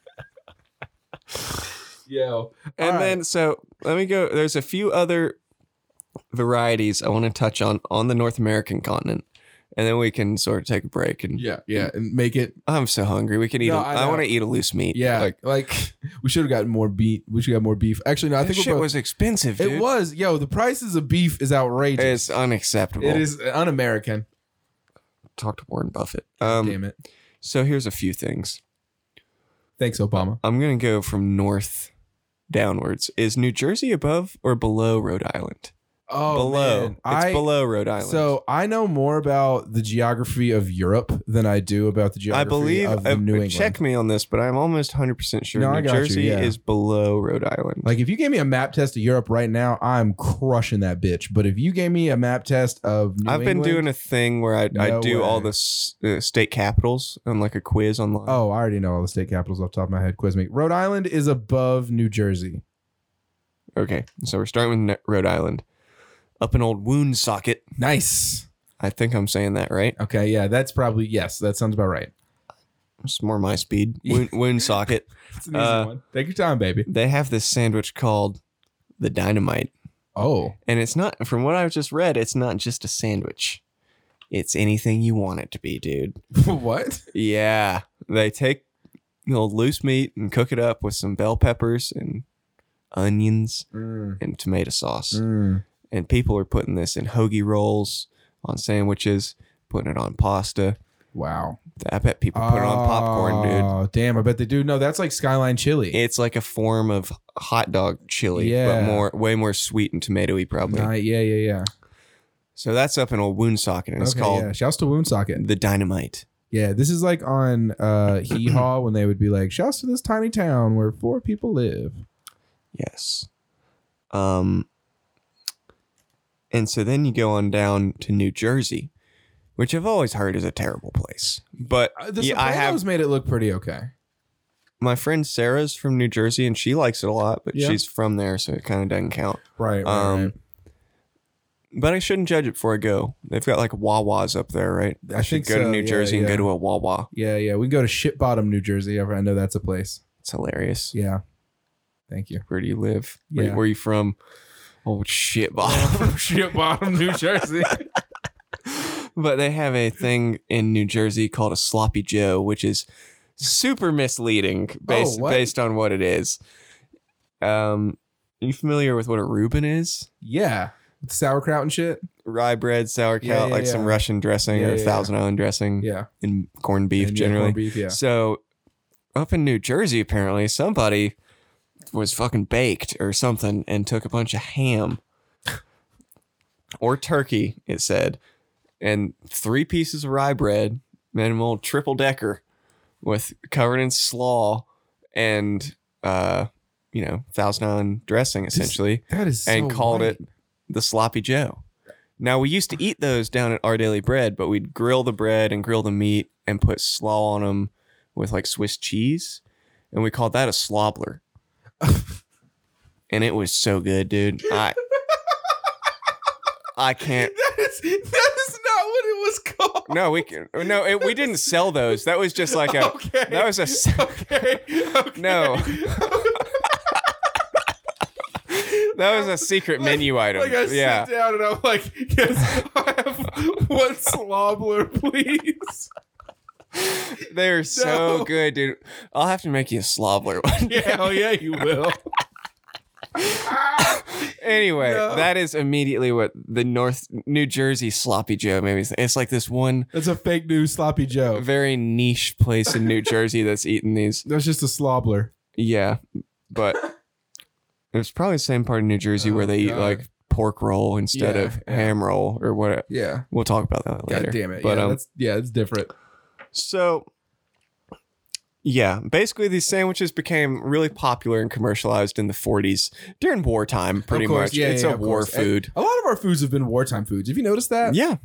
A: yo,
B: And
A: All right.
B: then so let me go. There's a few other varieties I want to touch on on the North American continent, and then we can sort of take a break. And
A: yeah, yeah, and make it
B: I'm so hungry. We can eat.
A: No,
B: a-
A: I
B: I,
A: know.
B: want to eat a loose meat.
A: Yeah,
B: like
A: like, we should have gotten more beef. We should have more beef. Actually, no, I
B: that
A: think
B: shit
A: we're both,
B: was expensive. Dude.
A: it was. Yo, the prices of beef is outrageous.
B: It's unacceptable.
A: It is un-American.
B: Talk to Warren Buffett. Um,
A: Damn it!
B: So here's a few things.
A: Thanks, Obama.
B: I'm gonna go from north downwards. Is New Jersey above or below Rhode Island?
A: Oh,
B: below.
A: man.
B: It's
A: I,
B: below Rhode Island.
A: So I know more about the geography of Europe than I do about the
B: I
A: geography
B: believe
A: of
B: uh,
A: New England.
B: check me on this, but I'm almost 100% sure
A: No, I
B: New
A: got you,
B: Jersey
A: yeah.
B: is below Rhode Island.
A: Like if you gave me a map test of Europe right now, I'm crushing that bitch. But if you gave me a map test of New
B: I've been doing a thing where I, I
A: No
B: do all
A: way.
B: the s- uh, state capitals on like a quiz online.
A: Oh, I already know all the state capitals off the top of my head. Quiz me. Rhode Island is above New Jersey.
B: Okay. So we're starting with Ne- Rhode Island. Up an old wound socket.
A: Nice.
B: I think I'm saying that right.
A: Okay, yeah, that's probably yes. That sounds about right.
B: It's more my speed. Wound, wound socket.
A: It's
B: an easy Uh,
A: one. Take your time, baby.
B: They have this sandwich called the dynamite.
A: Oh,
B: And it's not, from what I've just read, it's not just a sandwich. It's anything you want it to be, dude.
A: what?
B: Yeah, they take you know loose meat and cook it up with some bell peppers and onions and tomato sauce.
A: Mm.
B: And people are putting this in hoagie rolls, on sandwiches, putting it on pasta.
A: Wow.
B: I bet people put it on popcorn,
A: Oh, damn! I bet they do. No, that's like Skyline Chili.
B: dude. It's like a form of hot dog chili,
A: Yeah.
B: but more way more sweet and tomatoey probably.
A: Night- yeah, yeah, yeah.
B: So that's up in old wound socket, and it's
A: okay,
B: called
A: yeah. Shouts to Woonsocket.
B: the dynamite.
A: Yeah, this is like on uh, Hee Haw when they would be like, "Shouts to this tiny town where four people live."
B: Yes. Um and so then you go on down to New Jersey, which I've always heard is a terrible place. But
A: Uh, the
B: yeah, I
A: Sopranos
B: have
A: made it look pretty okay.
B: my friend Sarah's from New Jersey and she likes it a lot, but
A: Yeah.
B: she's from there, so it kind of doesn't count.
A: Right.
B: Um, But I shouldn't judge it before I go. They've got like Wawas up there, right?
A: I
B: should
A: think
B: go to
A: so,
B: New
A: yeah,
B: Jersey and
A: yeah.
B: go to a Wawa.
A: Yeah, yeah. We can go to Ship Bottom, New Jersey. I I know that's a place.
B: It's hilarious.
A: Yeah. Thank you.
B: Where do you live? Where,
A: Yeah.
B: where are you from? Oh shit, bottom.
A: Ship Bottom, New Jersey.
B: but they have a thing in New Jersey called a sloppy Joe, which is super misleading based
A: what?
B: based on Oh, what it is. Um, you familiar with what a Reuben is?
A: yeah. With sauerkraut and shit.
B: Rye bread, sauerkraut,
A: Yeah, yeah,
B: like some
A: yeah.
B: Russian dressing
A: Yeah,
B: or
A: yeah,
B: Thousand Island dressing,
A: Yeah.
B: and corned beef
A: And, yeah,
B: generally.
A: corned beef, yeah.
B: So up in New Jersey, apparently somebody was fucking baked or something and took a bunch of ham or turkey, it said, and three pieces of rye bread, minimal triple decker, with covered in slaw and uh, you know, thousand island dressing essentially,
A: That is
B: and called it the sloppy Joe. Now we used to eat those down at Our Daily Bread, but we'd grill the bread and grill the meat and put slaw on them with like Swiss cheese, and we called that a slobbler. and it was so good, dude. I I can't.
A: That is that is not what it was called.
B: No, we can. No, it, we didn't sell those. That was just like a.
A: okay.
B: That was a. s-
A: okay. okay.
B: No. That was a secret menu item.
A: Like I
B: yeah.
A: sit down and I'm like, yes, I have one slobler, please.
B: They're so
A: No.
B: good, dude. I'll have to make you a slobler one.
A: Yeah, hell yeah, you will.
B: anyway,
A: No.
B: that is immediately what the North New Jersey sloppy Joe maybe is. It's like this one
A: That's a fake news sloppy Joe.
B: very niche place in New Jersey that's eating these.
A: That's just a slobler.
B: Yeah, but it's probably the same part of New Jersey where
A: Oh,
B: they eat
A: God.
B: like pork roll instead
A: Yeah,
B: of
A: yeah.
B: ham roll or whatever.
A: Yeah.
B: We'll talk about that later.
A: God damn it.
B: But
A: yeah,
B: um,
A: that's yeah, it's different.
B: So, yeah, basically these sandwiches became really popular and commercialized in the 40s during wartime, pretty
A: course,
B: much.
A: yeah,
B: it's
A: yeah,
B: a
A: of
B: war
A: course. And-
B: food.
A: A lot of our foods have been wartime foods. Have you noticed that?
B: yeah.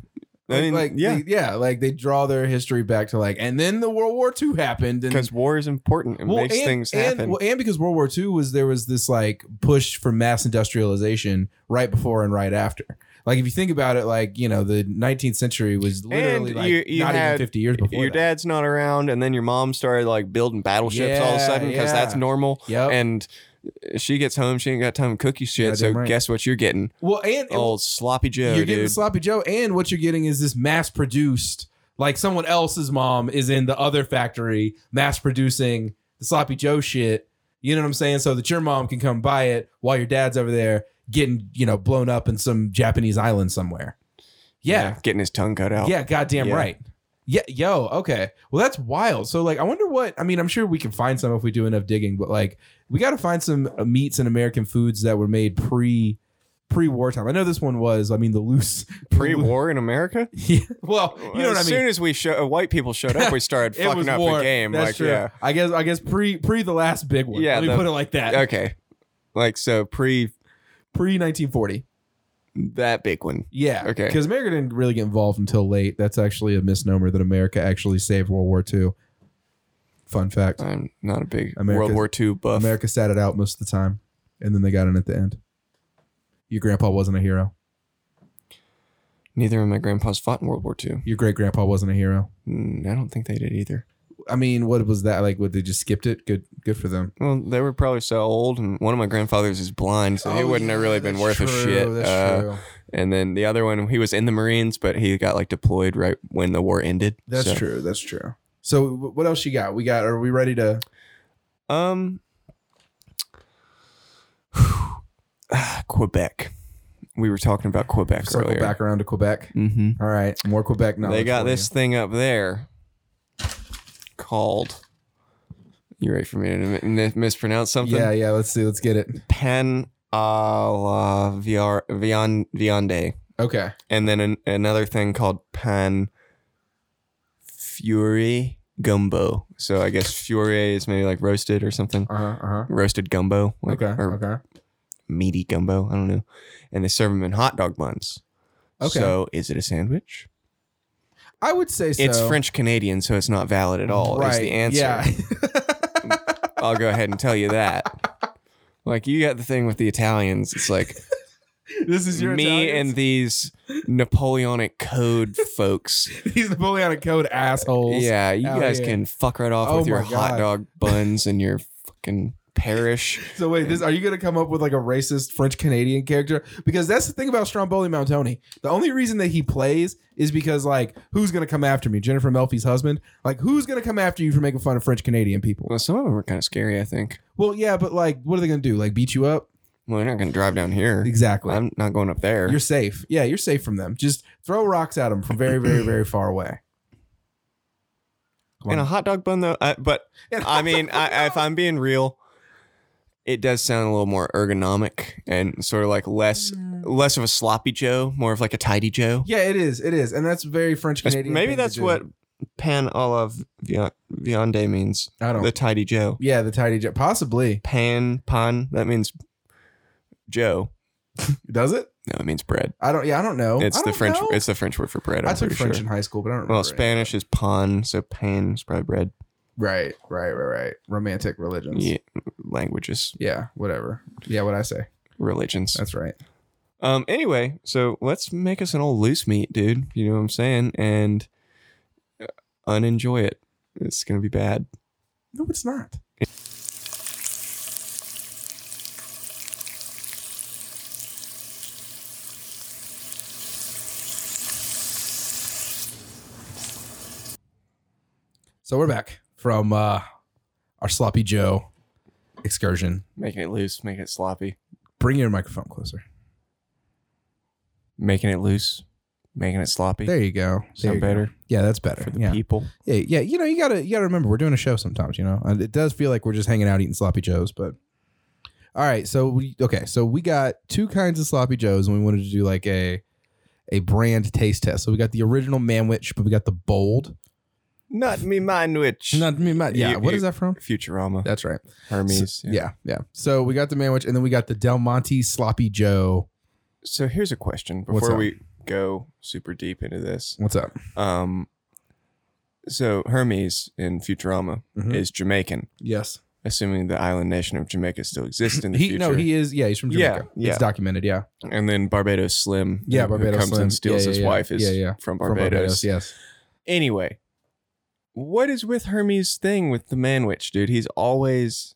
B: I
A: Like-
B: mean,
A: like
B: yeah,
A: they- yeah, like they draw their history back to like, and then the World War II happened, and
B: because war is important and
A: Well,
B: makes things
A: and,
B: happen.
A: well, and because World War II was there was this like push for mass industrialization right before and right after. Like if you think about it, like you know the 19th century was literally
B: And
A: like
B: you- you
A: not
B: had-
A: even 50 years before
B: Your
A: that.
B: dad's not around, and then your mom started like building battleships all of a
A: Yeah,
B: sudden because that's
A: yeah.
B: normal.
A: Yep.
B: And she gets home, she ain't got time to cook you shit. so
A: Goddamn right.
B: guess what you're getting?
A: well, and
B: Old sloppy Joe,
A: you're getting
B: dude.
A: sloppy joe and what you're getting is this mass produced like someone else's mom is in the other factory mass producing the sloppy joe shit you know what i'm saying so that your mom can come buy it while your dad's over there getting you know blown up in some japanese island somewhere yeah
B: getting his tongue cut
A: yeah,
B: out.
A: goddamn
B: Oh, Yeah.
A: right yeah yo okay well that's wild so like i wonder what i mean i'm sure we can find some if we do enough digging but like we got to find some uh, meats and american foods that were made pre pre wartime i know this one was i mean the loose
B: Pre-war in America,
A: yeah. Well, you know what
B: as
A: I mean.
B: soon as we show, white people showed up, we started
A: it was
B: fucking up
A: war.
B: the game.
A: That's
B: like,
A: true.
B: yeah,
A: I guess. I guess pre pre the last big one.
B: Yeah,
A: Let me
B: the-
A: put it like that.
B: okay, like so pre
A: Pre nineteen forty.
B: that big one.
A: Yeah.
B: Okay.
A: Because America didn't really get involved until late. That's actually a misnomer that America actually saved World War II. Fun fact:
B: I'm not a big World
A: America's-
B: War II buff.
A: America sat it out most of the time, and then they got in at the end. Your grandpa wasn't a hero.
B: Neither of my grandpas fought in World War II.
A: Your great grandpa wasn't a hero.
B: Mm, I don't think they did either.
A: I mean, what was that like? What they just skipped it? Good, good for them.
B: Well, they were probably so old, and one of my grandfathers is blind, so he
A: Oh,
B: wouldn't have
A: yeah,
B: really been
A: that's
B: worth a
A: true,
B: shit.
A: That's
B: Uh,
A: true.
B: And then the other one, he was in the Marines, but he got like deployed right when the war ended.
A: That's
B: So,
A: true. That's true. So wh- what else you got? We got. Are we ready to?
B: Um, ah, Quebec. We were talking about Quebec
A: circle
B: earlier.
A: back around to Quebec.
B: Mm-hmm.
A: All right, more Quebec knowledge.
B: they got
A: for
B: this thing up there called. You ready for me to mi- mispronounce
A: you.
B: something?
A: Yeah, yeah. Let's see. Let's get it.
B: Pan a la viar, vian, viande.
A: Okay.
B: and then an, another thing called pan fury gumbo. So I guess fury is maybe like roasted or something.
A: Uh huh. Uh huh.
B: Roasted gumbo, like,
A: Okay.
B: or
A: Okay.
B: meaty gumbo. I don't know. And they serve them in hot dog buns.
A: Okay.
B: So is it a sandwich?
A: I would say so.
B: It's French Canadian, so it's not valid at all. Is the answer?
A: Yeah.
B: I'll go ahead and tell you that. Like you got the thing with the Italians. It's like
A: this is your
B: me
A: Italians?
B: and these Napoleonic code folks.
A: these Napoleonic Code assholes.
B: Yeah, you
A: out
B: guys
A: here.
B: can fuck right off
A: Oh
B: with your
A: my
B: hot
A: God.
B: dog buns and your fucking parish.
A: So wait, this are you gonna come up with like a racist French Canadian character? Because that's the thing about Stromboli Montoni. The only reason that he plays is because like who's gonna come after me? Jennifer Melfi's husband. Like who's gonna come after you for making fun of French Canadian people?
B: Well, some of them are kind of scary, I think.
A: Well, yeah, but like, what are they gonna do? Like beat you up?
B: Well, you're not going to drive down here.
A: Exactly.
B: I'm not going up there.
A: You're safe. Yeah, you're safe from them. Just throw rocks at them from very, very, very far away.
B: in a hot dog bun, though. I, but I mean, I, if I'm being real, it does sound a little more ergonomic and sort of like less
A: Mm.
B: less of a sloppy Joe, more of like a tidy Joe.
A: yeah, it is. It is, and that's very French
B: That's-
A: Canadian.
B: maybe
A: thing to
B: that's
A: do.
B: what pan a la vi- viande means.
A: I don't.
B: The tidy Joe.
A: yeah, the tidy jet. Possibly
B: Pan, pan, that means Joe.
A: does it?
B: No, it means bread.
A: I don't. Yeah, I don't know.
B: It's
A: Oh, I
B: the
A: don't
B: French.
A: know.
B: It's the French word for bread. I'm
A: I took
B: pretty
A: French
B: sure.
A: in high school, but I don't remember.
B: well,
A: it.
B: Spanish is pan, so pan is probably bread.
A: Right, right, right, right. Romantic religions.
B: Yeah, languages,
A: Yeah, whatever. Yeah, what I say.
B: religions.
A: That's right.
B: Um. Anyway, so let's make us an old loose meat, dude. You know what I'm saying? And unenjoy it. It's gonna be bad.
A: No, it's not. So we're back from uh, our sloppy Joe excursion.
B: Making it loose, making it sloppy,
A: Bring your microphone closer.
B: making it loose, making it sloppy.
A: There you go. There
B: Sound
A: you go.
B: better
A: Yeah, that's better.
B: for the
A: yeah.
B: people.
A: yeah, yeah. You know, you gotta you gotta remember we're doing a show sometimes. You know, and it does feel like we're just hanging out eating sloppy joes. But all right, so we okay, so we got two kinds of sloppy joes, and we wanted to do like a a brand taste test. So we got the original manwich, but we got the bold.
B: Not me, mine, which
A: Not me, my, yeah.
B: You-
A: What
B: you-
A: is that from?
B: Futurama,
A: That's right.
B: Hermes.
A: So- yeah, yeah. So we got the manwich, and then we got the Del Monte sloppy joe.
B: So here's a question
A: What's
B: before
A: up?
B: we go super deep into this.
A: What's up?
B: Um, so Hermes in Futurama
A: Mhm.
B: is Jamaican,
A: Yes,
B: assuming the island nation of Jamaica still exists in the
A: he
B: future.
A: no, he is. Yeah, he's from
B: Yeah,
A: Jamaica.
B: yeah.
A: It's documented. Yeah,
B: and then Barbados Slim,
A: yeah.
B: who- who
A: Barbados
B: comes
A: Slim.
B: and steals
A: Yeah,
B: his
A: yeah, yeah.
B: wife, is
A: yeah, yeah.
B: from
A: From
B: Barbados.
A: Yes.
B: Anyway, what is with Hermes' thing with the man witch, dude? He's always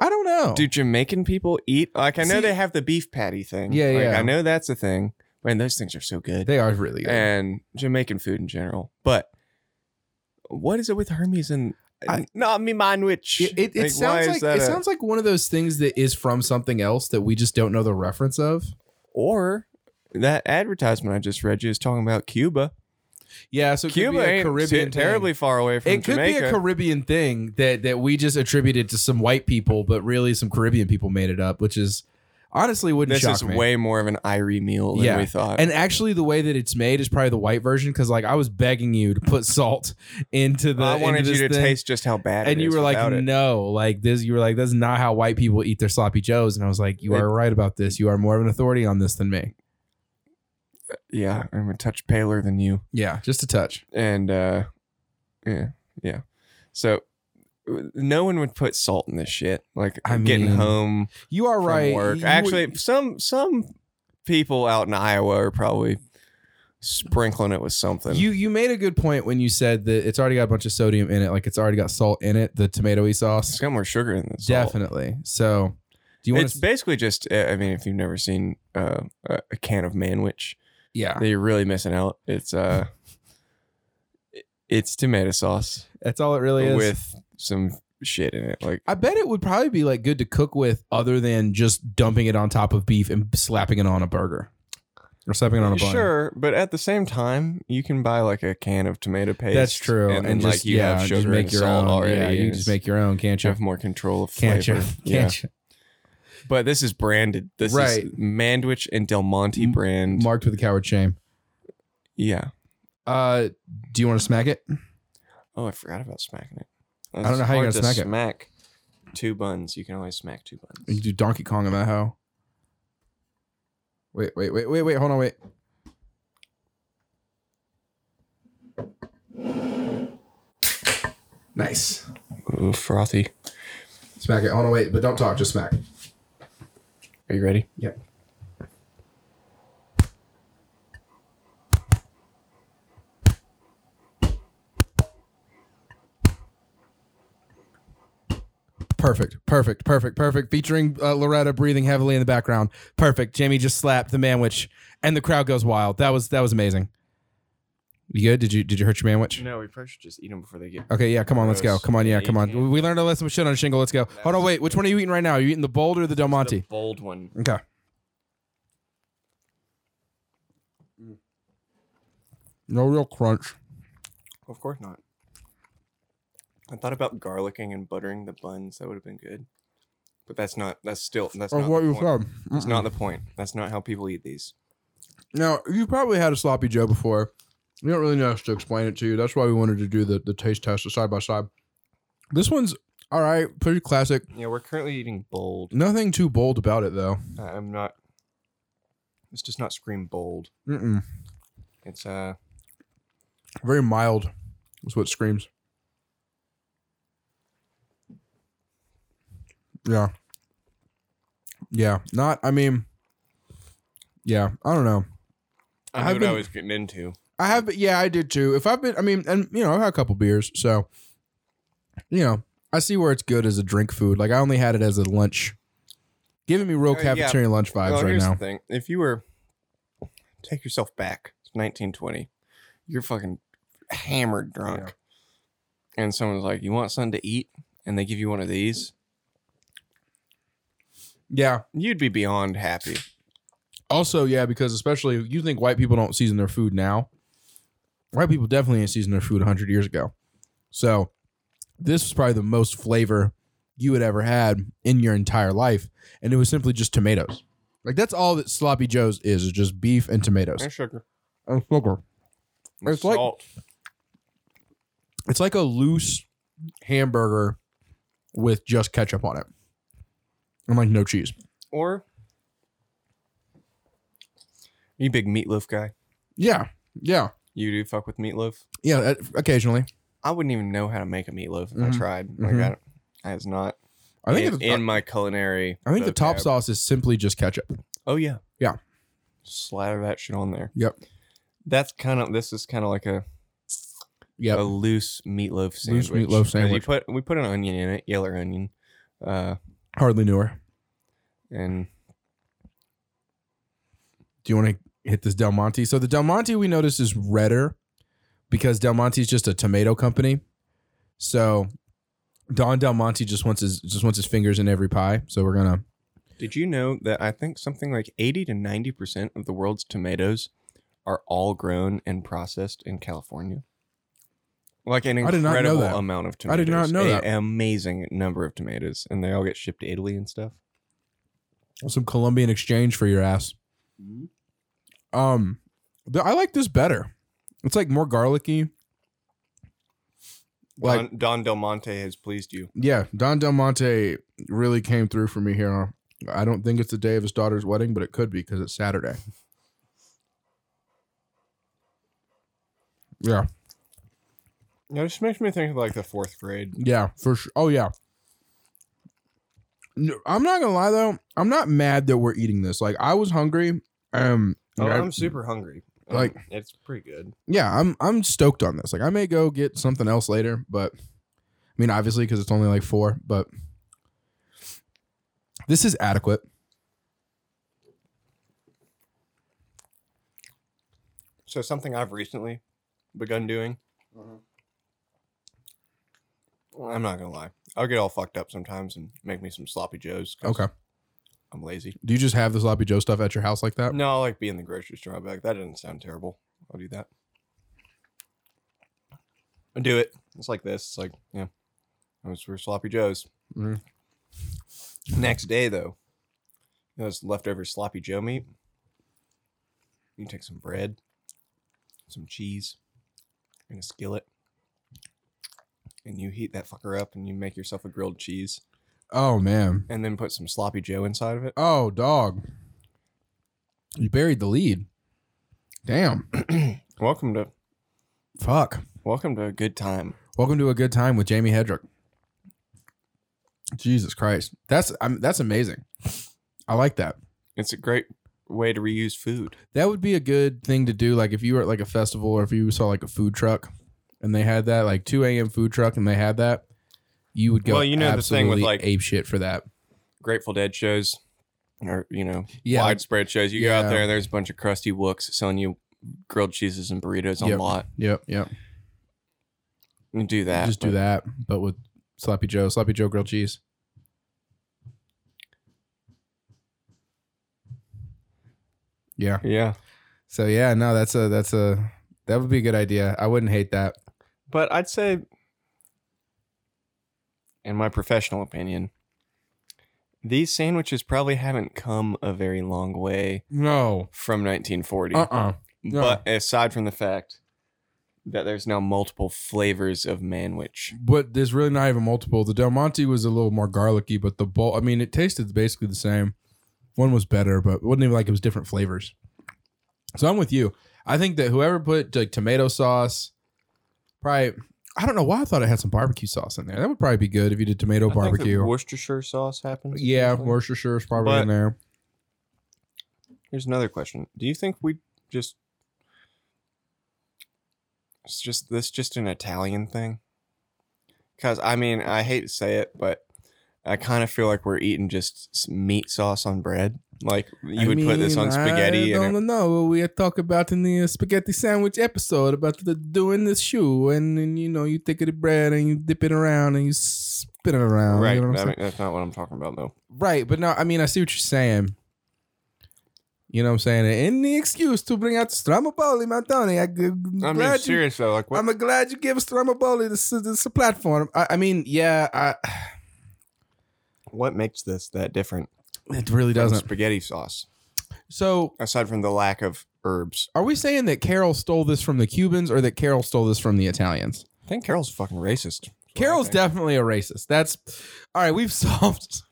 A: I don't know.
B: do Jamaican people eat like I know
A: Oh. See-
B: they have the beef patty thing.
A: Yeah,
B: like,
A: yeah.
B: I know that's a thing. Man, those things are so good.
A: They are really good.
B: and Jamaican food in general. But what is it with Hermes and
A: I-
B: not me man witch?
A: it, it, it
B: Like, why
A: sounds
B: is
A: like
B: that
A: it
B: a-
A: sounds like one of those things that is from something else that we just don't know the reference of.
B: or that advertisement I just read you is talking about Cuba.
A: Yeah, so it
B: Cuba
A: could be a
B: ain't
A: Caribbean
B: t-
A: thing.
B: terribly far away from
A: It could
B: Jamaica.
A: be a Caribbean thing that that we just attributed to some white people, but really some Caribbean people made it up, which is honestly wouldn't
B: this
A: shock
B: is
A: me.
B: way more of an Irie meal than
A: Yeah.
B: we thought.
A: and actually, the way that it's made is probably the white version because, like, I was begging you to put salt into the.
B: I wanted
A: into
B: you
A: this
B: to
A: thing.
B: taste just how bad. it
A: and you
B: is
A: were like,
B: without it.
A: no, like this. You were like, that's not how white people eat their sloppy joes. And I was like, you
B: It-
A: are right about this. You are more of an authority on this than me.
B: yeah, I'm a touch paler than you.
A: Yeah, just a touch.
B: and uh yeah yeah so w- no one would put salt in this shit like
A: I
B: getting
A: mean,
B: home
A: You are
B: from
A: right.
B: work
A: You-
B: actually some some people out in iowa are probably sprinkling it with something
A: you you made a good point when you said that it's already got a bunch of sodium in it, like it's already got salt in it, the tomatoey
B: it's
A: sauce.
B: got more sugar in this
A: Definitely. So, do you want
B: it's
A: to?
B: basically just uh, i mean if you've never seen uh, a a can of manwich
A: Yeah,
B: you're really missing out it's uh it- it's tomato sauce
A: that's all it really is.
B: with some shit in it like
A: I bet it would probably be like good to cook with, other than just dumping it on top of beef and slapping it on a burger, or slapping it on a bun.
B: Sure, but at the same time, you can buy like a can of tomato paste.
A: That's true.
B: and, then, like
A: just-
B: you
A: yeah,
B: have
A: just
B: sugar
A: make
B: and
A: your
B: salt
A: own.
B: already.
A: Yeah, you
B: and
A: just
B: it's-
A: make your own, can't
B: you
A: you?
B: have more control of flavor.
A: Can't you?
B: Yeah,
A: Can't you?
B: but this is branded. This
A: Right.
B: is Mandwich and Del Monte
A: M-
B: brand.
A: Marked with a coward shame.
B: yeah.
A: Uh, do you want to smack it?
B: Oh, I forgot about smacking it.
A: I don't know how you're
B: It's
A: gonna
B: hard
A: smack it.
B: Smack two buns. You can always smack two
A: You can
B: buns.
A: do Donkey Kong in that hoe. Wait, wait, wait, wait, wait. Hold on, wait. Nice.
B: Ooh, frothy.
A: Smack it. Hold on, wait. But don't talk. Just smack.
B: Are you ready?
A: Yep. Perfect, perfect, perfect, perfect. Featuring uh, Loretta breathing heavily in the background. Perfect. Jamie just slapped the manwich, and the crowd goes wild. That was that was amazing. You good? Did you did you hurt your manwich?
B: No, we probably should just eat them before they get.
A: Okay, yeah, come on, let's go.
B: Gross.
A: Come on, yeah,
B: Yeah,
A: come
B: you
A: on.
B: can't.
A: We learned a lesson with shit on a shingle. Let's go. Hold on, wait. Which one are you eating right now? Are you eating the bold or the Del Monte?
B: The bold one.
A: Okay. No real crunch.
B: Of course not. I thought about garlicking and buttering the buns. That would have been good. But that's not. That's still. That's
A: Of
B: not
A: what
B: the
A: you
B: point.
A: said.
B: It's
A: Mm-mm.
B: not the point. That's not how people eat these.
A: Now you probably had a sloppy Joe before. We don't really know how to explain it to you. That's why we wanted to do the, the taste test, the side by side. This one's all right, pretty classic.
B: Yeah, we're currently eating bold.
A: Nothing too bold about it though.
B: I- I'm not. It's just not scream bold.
A: Mm-mm.
B: It's uh.
A: Very mild. That's what it screams. Yeah. Yeah. Not. I mean. Yeah. I don't know.
B: I
A: I've
B: knew what
A: been-
B: I was getting into.
A: I have, been- yeah, I did too. If I've been, I mean, and you know, I've had a couple beers, so you know, I see where it's good as a drink food. Like I only had it as a lunch, giving me real
B: Uh, yeah.
A: cafeteria lunch vibes
B: Well,
A: right
B: here's
A: now.
B: the thing: if you were take yourself back, it's 1920, you're fucking hammered drunk, and someone's like, "You want something to eat?" and they give you one of these,
A: Yeah.
B: you'd be beyond happy.
A: Also, yeah, because especially if you think white people don't season their food now, white people definitely ain't season their food 100 years ago. So this was probably the most flavor you had ever had in your entire life, and it was simply just tomatoes. Like that's all that sloppy joes is, is just beef and tomatoes.
B: And sugar,
A: And sugar.
B: and
A: It's like-
B: salt.
A: It's like a loose hamburger with just ketchup on it. And like no cheese.
B: or are you a big meatloaf guy?
A: Yeah. Yeah.
B: You do fuck with meatloaf.
A: Yeah. uh, Occasionally.
B: I wouldn't even know how to make a meatloaf if I
A: Mhm.
B: tried. Like
A: Mhm.
B: I, I was not.
A: I think
B: in,
A: it's-
B: in my culinary.
A: I think the top
B: vocab.
A: sauce is simply just ketchup.
B: Oh yeah.
A: Yeah.
B: Slather that shit on there.
A: Yep.
B: That's kind of this is kind of like a,
A: Yep.
B: a loose meatloaf
A: Loose
B: sandwich.
A: meatloaf
B: 'Cause You
A: sandwich.
B: put we put an onion in it, yellow onion, uh,
A: Hardly knew her.
B: and
A: Do you want to hit this Del Monte? So the Del Monte we noticed is redder because Del Monte is just a tomato company. So Don Del Monte just wants his just wants his fingers in every pie. So we're gonna
B: did you know that I think something like eighty to ninety percent of the world's tomatoes are all grown and processed in California. Like an
A: I did not know
B: incredible
A: that.
B: amount of
A: I
B: tomatoes.
A: did not know
B: A-
A: that.
B: Amazing number of tomatoes, and they all get shipped to Italy and stuff.
A: some Colombian exchange for your ass. Um, th- I like this better. It's like more garlicky. Like
B: Don, Don Del Monte has pleased you.
A: yeah, Don Del Monte really came through for me here. I don't think it's the day of his daughter's wedding, but it could be because it's Saturday. yeah,
B: It just makes me think of like the fourth grade.
A: yeah, for sure. Oh yeah. No, I'm not gonna lie though. I'm not mad that we're eating this. Like I was hungry. Um,
B: Oh,
A: I-
B: I'm super hungry. Um,
A: Like-
B: it's pretty good.
A: yeah, I'm I'm stoked on this. Like I may go get something else later, but I mean obviously because it's only like four, but this is adequate.
B: So something I've recently begun doing. I'm not gonna lie. I'll get all fucked up sometimes and make me some sloppy joes. 'cause
A: Okay.
B: I'm lazy.
A: Do you just have the sloppy Joe stuff at your house like that?
B: No, I like being in the grocery store. I'll be like, that doesn't sound terrible. I'll do that. I do it. It's like this. It's like yeah, those were sloppy joes.
A: Mhm.
B: Next day though, you know, this leftover sloppy joe meat. You take some bread, some cheese, and a skillet, and you heat that fucker up, and you make yourself a grilled cheese,
A: Oh man.
B: and then put some sloppy joe inside of it.
A: Oh dog. You buried the lead. Damn.
B: Welcome to
A: Fuck.
B: welcome to a good time.
A: Welcome to a good time with Jamie Hedrick. Jesus Christ. That's I'm, that's amazing. I like that.
B: It's a great way to reuse food.
A: That would be a good thing to do. Like if you were at like a festival or if you saw like a food truck and they had that, like 2 a.m. food truck and they had that, you would go
B: Well, you know the thing with,
A: absolutely
B: like-
A: ape shit for that.
B: Grateful Dead shows, or you know,
A: Yeah. like-
B: widespread shows. You go
A: Yeah.
B: out there, and there's a bunch of crusty wooks selling you grilled cheeses and burritos on
A: Yep.
B: the lot.
A: Yep. Yep.
B: You do that.
A: Just do
B: but
A: that, but with sloppy Joe, sloppy Joe grilled cheese. Yeah.
B: Yeah,
A: So yeah, no, that's a that's a that would be a good idea. I wouldn't hate that.
B: but I'd say, in my professional opinion, these sandwiches probably haven't come a very long way
A: No.
B: from 1940.
A: Uh uh no.
B: But aside from the fact that there's now multiple flavors of manwich.
A: But there's really not even multiple. The Del Monte was a little more garlicky, but the bowl, I mean, it tasted basically the same. One was better, but it wasn't even like it was different flavors. So I'm with you. I think that whoever put like tomato sauce, probably, I don't know why I thought it had some barbecue sauce in there. That would probably be good if you did tomato
B: I think that
A: barbecue.
B: Worcestershire sauce happens.
A: yeah,
B: occasionally.
A: Worcestershire is probably
B: But-
A: in there.
B: Here's another question. Do you think we just It's just this just an Italian thing. Cause I mean, I hate to say it, but I kind of feel like we're eating just s- meat sauce on bread. Like you would put this on spaghetti,
A: I
B: and it,
A: don't know what we had talked about in the uh, spaghetti sandwich episode about the doing this shoe, and then you know you take the bread and you dip it around and you spin it around.
B: right?
A: you know what I'm
B: I
A: saying?
B: mean, that's not what I'm talking about, though.
A: Right, but no, I mean, I see what you're saying. You know what I'm saying? Any excuse to bring out the Stramopoli, Montoni. I'm
B: I mean,
A: glad you,
B: serious though. Like, what,
A: I'm glad you gave Stramopoli this, this a platform. I, I mean, yeah, I,
B: what makes this that different?
A: it really
B: from
A: doesn't.
B: spaghetti sauce
A: So,
B: aside from the lack of herbs.
A: are we saying that Carol stole this from the Cubans or that Carol stole this from the Italians?
B: I think Carol's fucking racist.
A: Carol's
B: definitely
A: definitely a racist. That's all right. We've solved.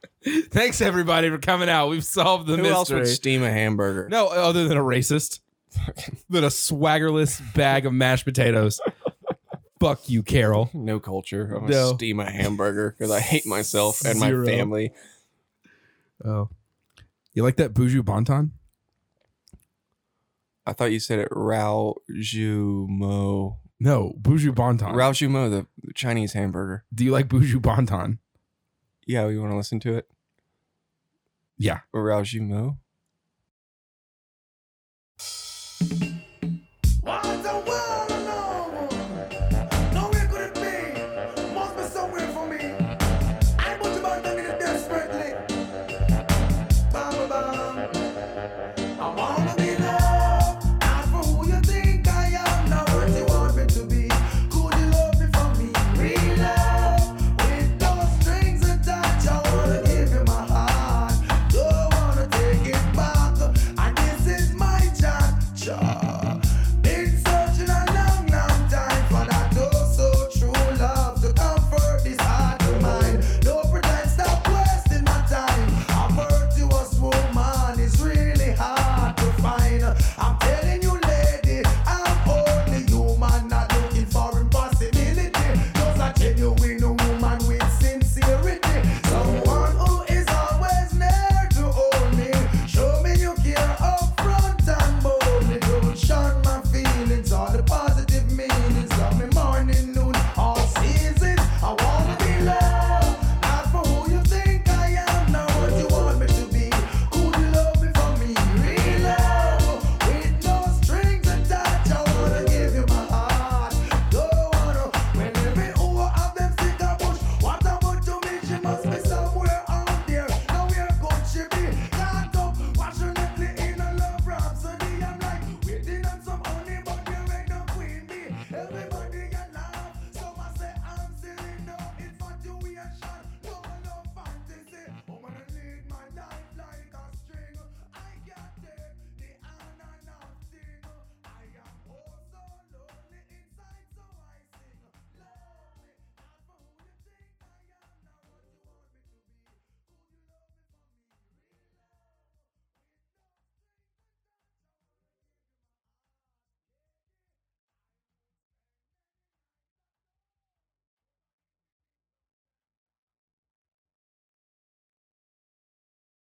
A: Thanks everybody for coming out. We've solved the
B: Who else
A: mystery.
B: would steam a hamburger?
A: no, other than a racist, than a swaggerless bag of mashed potatoes. Fuck you, Carol.
B: No culture. I'm
A: No.
B: gonna steam a hamburger because I hate myself and
A: Zero.
B: my family.
A: Oh, you like that Buju Bonton?
B: I thought you said it Raojumo.
A: No, Buju Bonton.
B: Raojumo, the the Chinese hamburger.
A: Do you like Buju Bonton?
B: Yeah, you want to listen to it?
A: Yeah.
B: Raojumo.